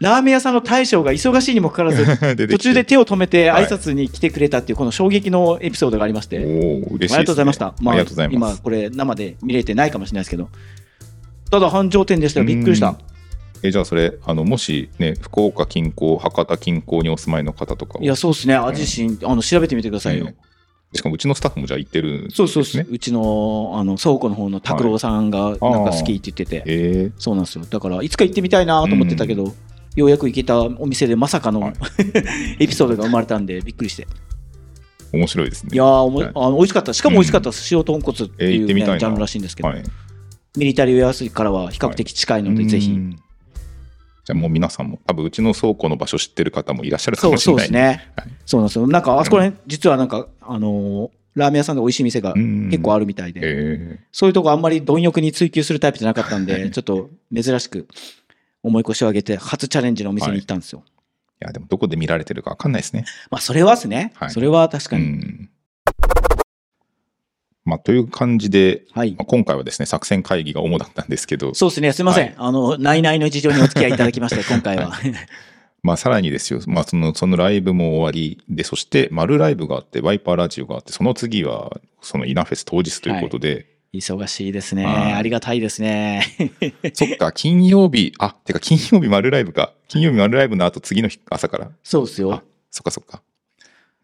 S4: ラーメン屋さんの大将が忙しいにもかかわら ず
S3: 出て
S4: 途
S3: きて
S4: 中で手を止めて
S3: はい
S4: 挨拶に来てくれたっていうこの衝撃のエピソードがありまして、
S3: おお嬉しいです、ね、
S4: ありがとうございました、
S3: ありがとうございます
S4: 今これ生で見れてないかもしれないですけどただ繁盛店でしたよびっくりし
S3: うん
S4: た
S3: えじゃあそれあのもしね福岡近郊博多近郊にお住まいの方とか
S4: いやそうですね味新あの調べてみてくださいよ、
S3: ねしかもうちのスタッフもじゃあ行ってるんですね
S4: そうそうそううちのあの倉庫の方の拓郎さんがなんか
S3: あー
S4: 好きって言ってて、
S3: え
S4: そうなんですよだからいつか行ってみたいなと思ってたけど、ようやく行けたお店でまさかの、
S3: はい
S4: エピソードが生まれたんでびっくりして
S3: ー、面白いですね
S4: いやーおも、
S3: はい
S4: あの美味しかったしかも美味しかったです、塩豚骨って
S3: えー
S4: い
S3: 行っ
S4: う、
S3: てみ
S4: ね
S3: たいな
S4: ジャンルらしいんですけど、
S3: はい、
S4: ミリタリーウェアスからは比較的近いので、ぜ
S3: う
S4: ひ
S3: んじゃあもう皆さんも多分うちの倉庫の場所知ってる方もいらっしゃるか
S4: そ
S3: も
S4: う
S3: し
S4: そ
S3: れ
S4: う
S3: な
S4: で
S3: い
S4: すね、
S3: はい
S4: そうなんですよなんかあそこら辺、実はなんかあのーラーメン屋さんで美味しい店が結構あ
S3: る
S4: るみたいで、
S3: え
S4: そういうとこあんまり貪欲に追求するタイプじゃなかったん で、ちょっと珍しく思い越しを上げて、初チャレンジのお店に行ったんですよ。
S3: ーいやでもどこで見られてるかわかんないですね
S4: まあ、それはですね、
S3: はい
S4: それは確か
S3: う
S4: に。
S3: んまあという感じで、
S4: はい
S3: まあ、。今回はですね作戦会議が主だったんですけど
S4: そうですね、すいません。
S3: はい
S4: あの、内々の事情にお付き合いいただき まして、今回は。
S3: まあ、さらにですよ、まあ、そのそのライブも終わりで、そして、丸ライブがあって、ワイパーラジオがあって、その次は、そのイナフェス当日ということで、
S4: 忙しいですね。
S3: はい
S4: ありがたいですね。
S3: そっか、金曜日、あてか、金曜日丸ライブか、金曜日丸ライブの後、次の日朝から、
S4: そうですよ
S3: あ。そっかそっか、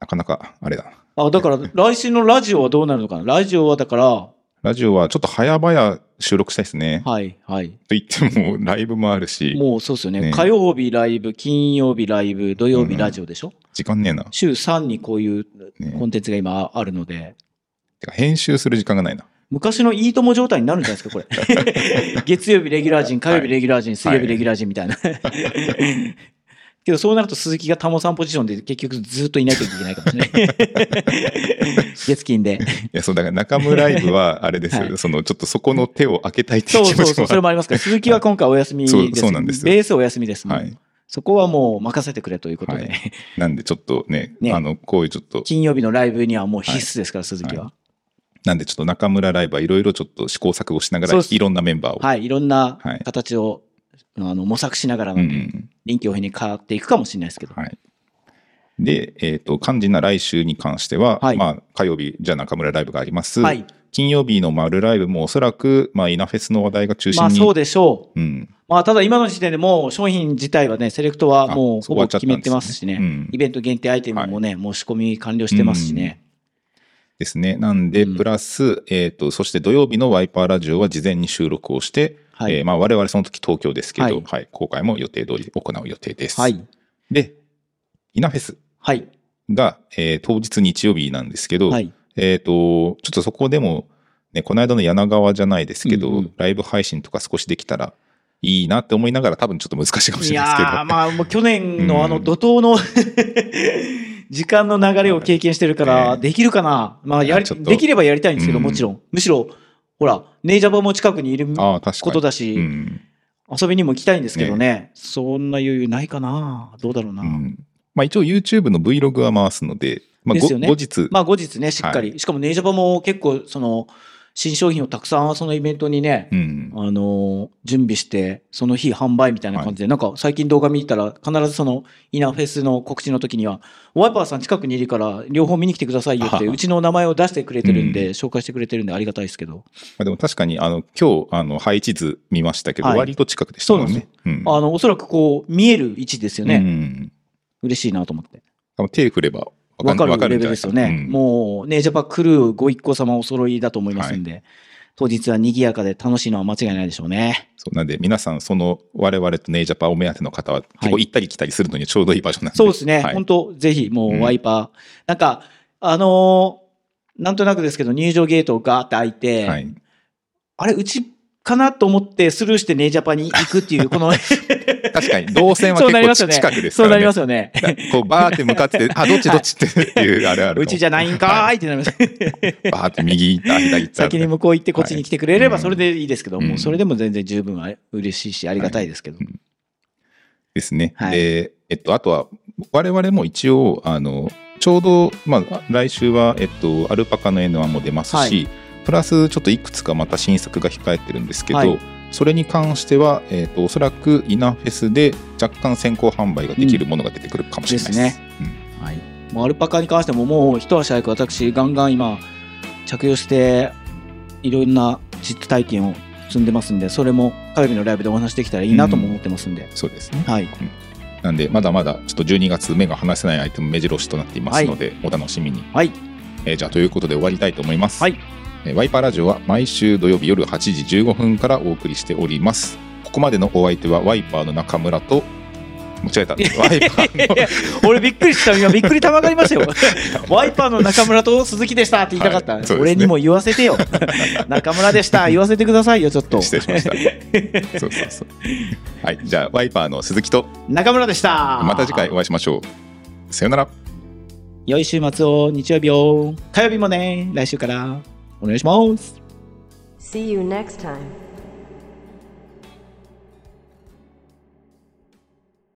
S3: なかなか、あれだな、
S4: あ、だから、来週のラジオはどうなるのかなラジオはだから、
S3: ラジオはちょっと早々収録したいですね。
S4: はい、はい。
S3: と言っても、ライブもあるし、
S4: もうそうですよね。
S3: ね
S4: 火曜日ライブ、金曜日ライブ、土曜日ラジオでしょ、
S3: 時間ねえな。
S4: 週3にこういう
S3: ね
S4: コンテンツが今あるので。
S3: てか、編集する時間がないな。
S4: 昔のいいとも状態になるんじゃないですか、こ れ。月曜日レギュラー陣、火曜日レギュラー陣、水曜日レギュラー陣みたいな。けどそうなると鈴木がタモさんポジションで結局ずっといないといけないかもしれ ない。月金で。
S3: いや、そう、だから、中村ライブは、あれですよ、
S4: はい
S3: その、ちょっとそこの手を開けたいってい
S4: そうう
S3: 気持
S4: そう
S3: ち
S4: そ
S3: も
S4: う、それ
S3: あ
S4: もありますから、鈴木は今回お休みです。
S3: そうそうなんですよ
S4: ベースお休みです。
S3: る。はい。
S4: そこはもう任せてくれということで、
S3: はなんでちょっとね、
S4: ね
S3: あの、こういうちょっと、
S4: 金曜日のライブにはもう必須ですから、鈴木は。
S3: なんでちょっと中村ライブはいろいろちょっと試行錯誤しなが
S4: そ
S3: ら
S4: うっ、す
S3: いろんなメンバーを。
S4: はい、いろんな
S3: はい
S4: 形を、あの模索しながら
S3: う
S4: の
S3: んう
S4: で、
S3: ん
S4: 臨機応変に変わっていくかもしれないですけど。
S3: はい。で、えっ、と、肝心な来週に関しては、
S4: はい
S3: まあ、火曜日、じゃあ中村ライブがあります。
S4: はい
S3: 金曜日の丸ライブもおそらく、まあ、イナフェスの話題が中心
S4: まあ
S3: に。
S4: そうでしょう。
S3: うん。
S4: まあ、ただ今の時点でもう商品自体はね、セレクトはもう
S3: あそ
S4: ほ
S3: こは
S4: ぼ
S3: ちょっと
S4: 決めてますしね、
S3: うん
S4: イベント限定アイテムもね、申し込み完了してますしね。
S3: ですね。なんで、
S4: うん
S3: プラス、えっ、と、そして土曜日のワイパーラジオは事前に収録をして、
S4: はい
S3: えーまあ、我々その時東京ですけど、は
S4: はいい、
S3: 公開も予定通り行う予定です。
S4: はい。
S3: で、イナフェス。
S4: はい。
S3: が、えー当日日曜日なんですけど、
S4: はい。
S3: えっ、と、ちょっとそこでも、ね、この間の柳川じゃないですけど、
S4: うんうん
S3: ライブ配信とか少しできたらいいなって思いながら、多分ちょっと難しいかもし
S4: い
S3: れない
S4: や
S3: ですけど。
S4: ー、まあもう去年
S3: うん
S4: のあの怒涛の 時間の流れを経験してるか
S3: はい
S4: ら、
S3: ね
S4: できるかな、まあやり、
S3: ちょっと
S4: できればやりたいんですけど、
S3: うん
S4: もちろん。むしろ、ほら、ネイジャバも近くにいる
S3: ああ、確かに。
S4: ことだし、
S3: うん
S4: 遊びにも行きたいんですけどね、そんな余裕ないかなどうだろうな。
S3: うんまあ一応 YouTube の Vlog は回すので、まあ、
S4: で
S3: ご
S4: すよね
S3: 後日、
S4: まあ後日ね、しっかり。しかもネイジャパも結構、その、新商品をたくさんそのイベントにね
S3: う、ん、
S4: あのー、準備して、その日販売みたいな感じで、なんか最近動画見たら、必ずその、イナフェスの告知の時には、ワイパーさん近くにいるから、両方見に来てくださいよって、
S3: あは
S4: うちの名前を出してくれてるん
S3: う
S4: で、紹介してくれてるんでありがたいですけど。
S3: まあ、でも確かに、あの、今日、あの、配置図見ましたけど、
S4: はい
S3: 割と近くでしたもんね。うん
S4: あの、おそらくこう、見える位置ですよ
S3: う
S4: ね。
S3: ん
S4: 嬉しいなと思って。
S3: 多分手振れば
S4: わかるレベル
S3: な
S4: ですよね。
S3: うん
S4: もう、ネイジャパクルーご一行様お揃いだと思いますんで、当日は賑やかで楽しいのは間違いないでしょうね。
S3: そうなんで皆さんその我々とネイジャパお目当ての方は結構行ったり来たりするのにちょうどいい場所なんで、
S4: そうですね、
S3: はい
S4: 本当、ぜひも
S3: うん
S4: うワイパー、なんか、あのーなんとなくですけど、入場ゲートがガーって開いて、
S3: はい、
S4: あれ、うちかなと思って、スルーしてネイジャパに行くっていう、こ の、
S3: 確かに動線 は
S4: そう
S3: 結
S4: なり
S3: 構
S4: ますよ
S3: ち
S4: ね
S3: 近くです
S4: そ
S3: か
S4: うな
S3: ら、ね
S4: りますよね。
S3: こうバーって向かってあどっちどっちっていうあれある
S4: うちじ
S3: ゃ
S4: ゃないんかーいってなり ます。
S3: バーって右行った左行った
S4: 先に向こう行って、こっちに来てくれれば、それでいいですけど、
S3: うん
S4: もうそれでも全然十分は嬉しいし、ありがたいですけど。
S3: ですね、
S4: はい
S3: でえっとあとは我々も一応あのちょうど、まあ、来週は、えっと、アルパカの N1 も出ますし、プラスちょっといくつかまた新作が控えてるんですけど、
S4: はい
S3: それに関しては、えー、とおそらくイナフェスで若干先行販売ができるものが出てくるかもしれないです。
S4: うんですはい、もうアルパカに関してももう一足早く私ガンガン今着用していろんな実体験を積んでますんでそれも火曜日のライブでお話できたらいいなとも思ってますんで、
S3: うんそうですね
S4: はい
S3: なんでまだまだちょっと12月目が離せないアイテム目白押しとなっていますので、お楽しみに、
S4: はい
S3: えーじゃあということで終わりたいと思います、
S4: はい
S3: えーワイパーラジオは毎週土曜日夜8時15分からお送りしておりますここまでのお相手はワイパーの中村と間違えたワイパー の
S4: 俺びっくりした今びっくりたまがりまし たよワイパーの中村と鈴木でしたって言いたかった、
S3: はいそうですね
S4: 俺にも言わせて よ中村でした言わせてくださいよちょっと
S3: 失礼しましたそうそうそうはいじゃあワイパーの鈴木と
S4: 中村でした
S3: また次回お会いしましょうさよなら
S4: 良い週末を日曜日を火曜日もね来週からお願いします
S2: See you next time.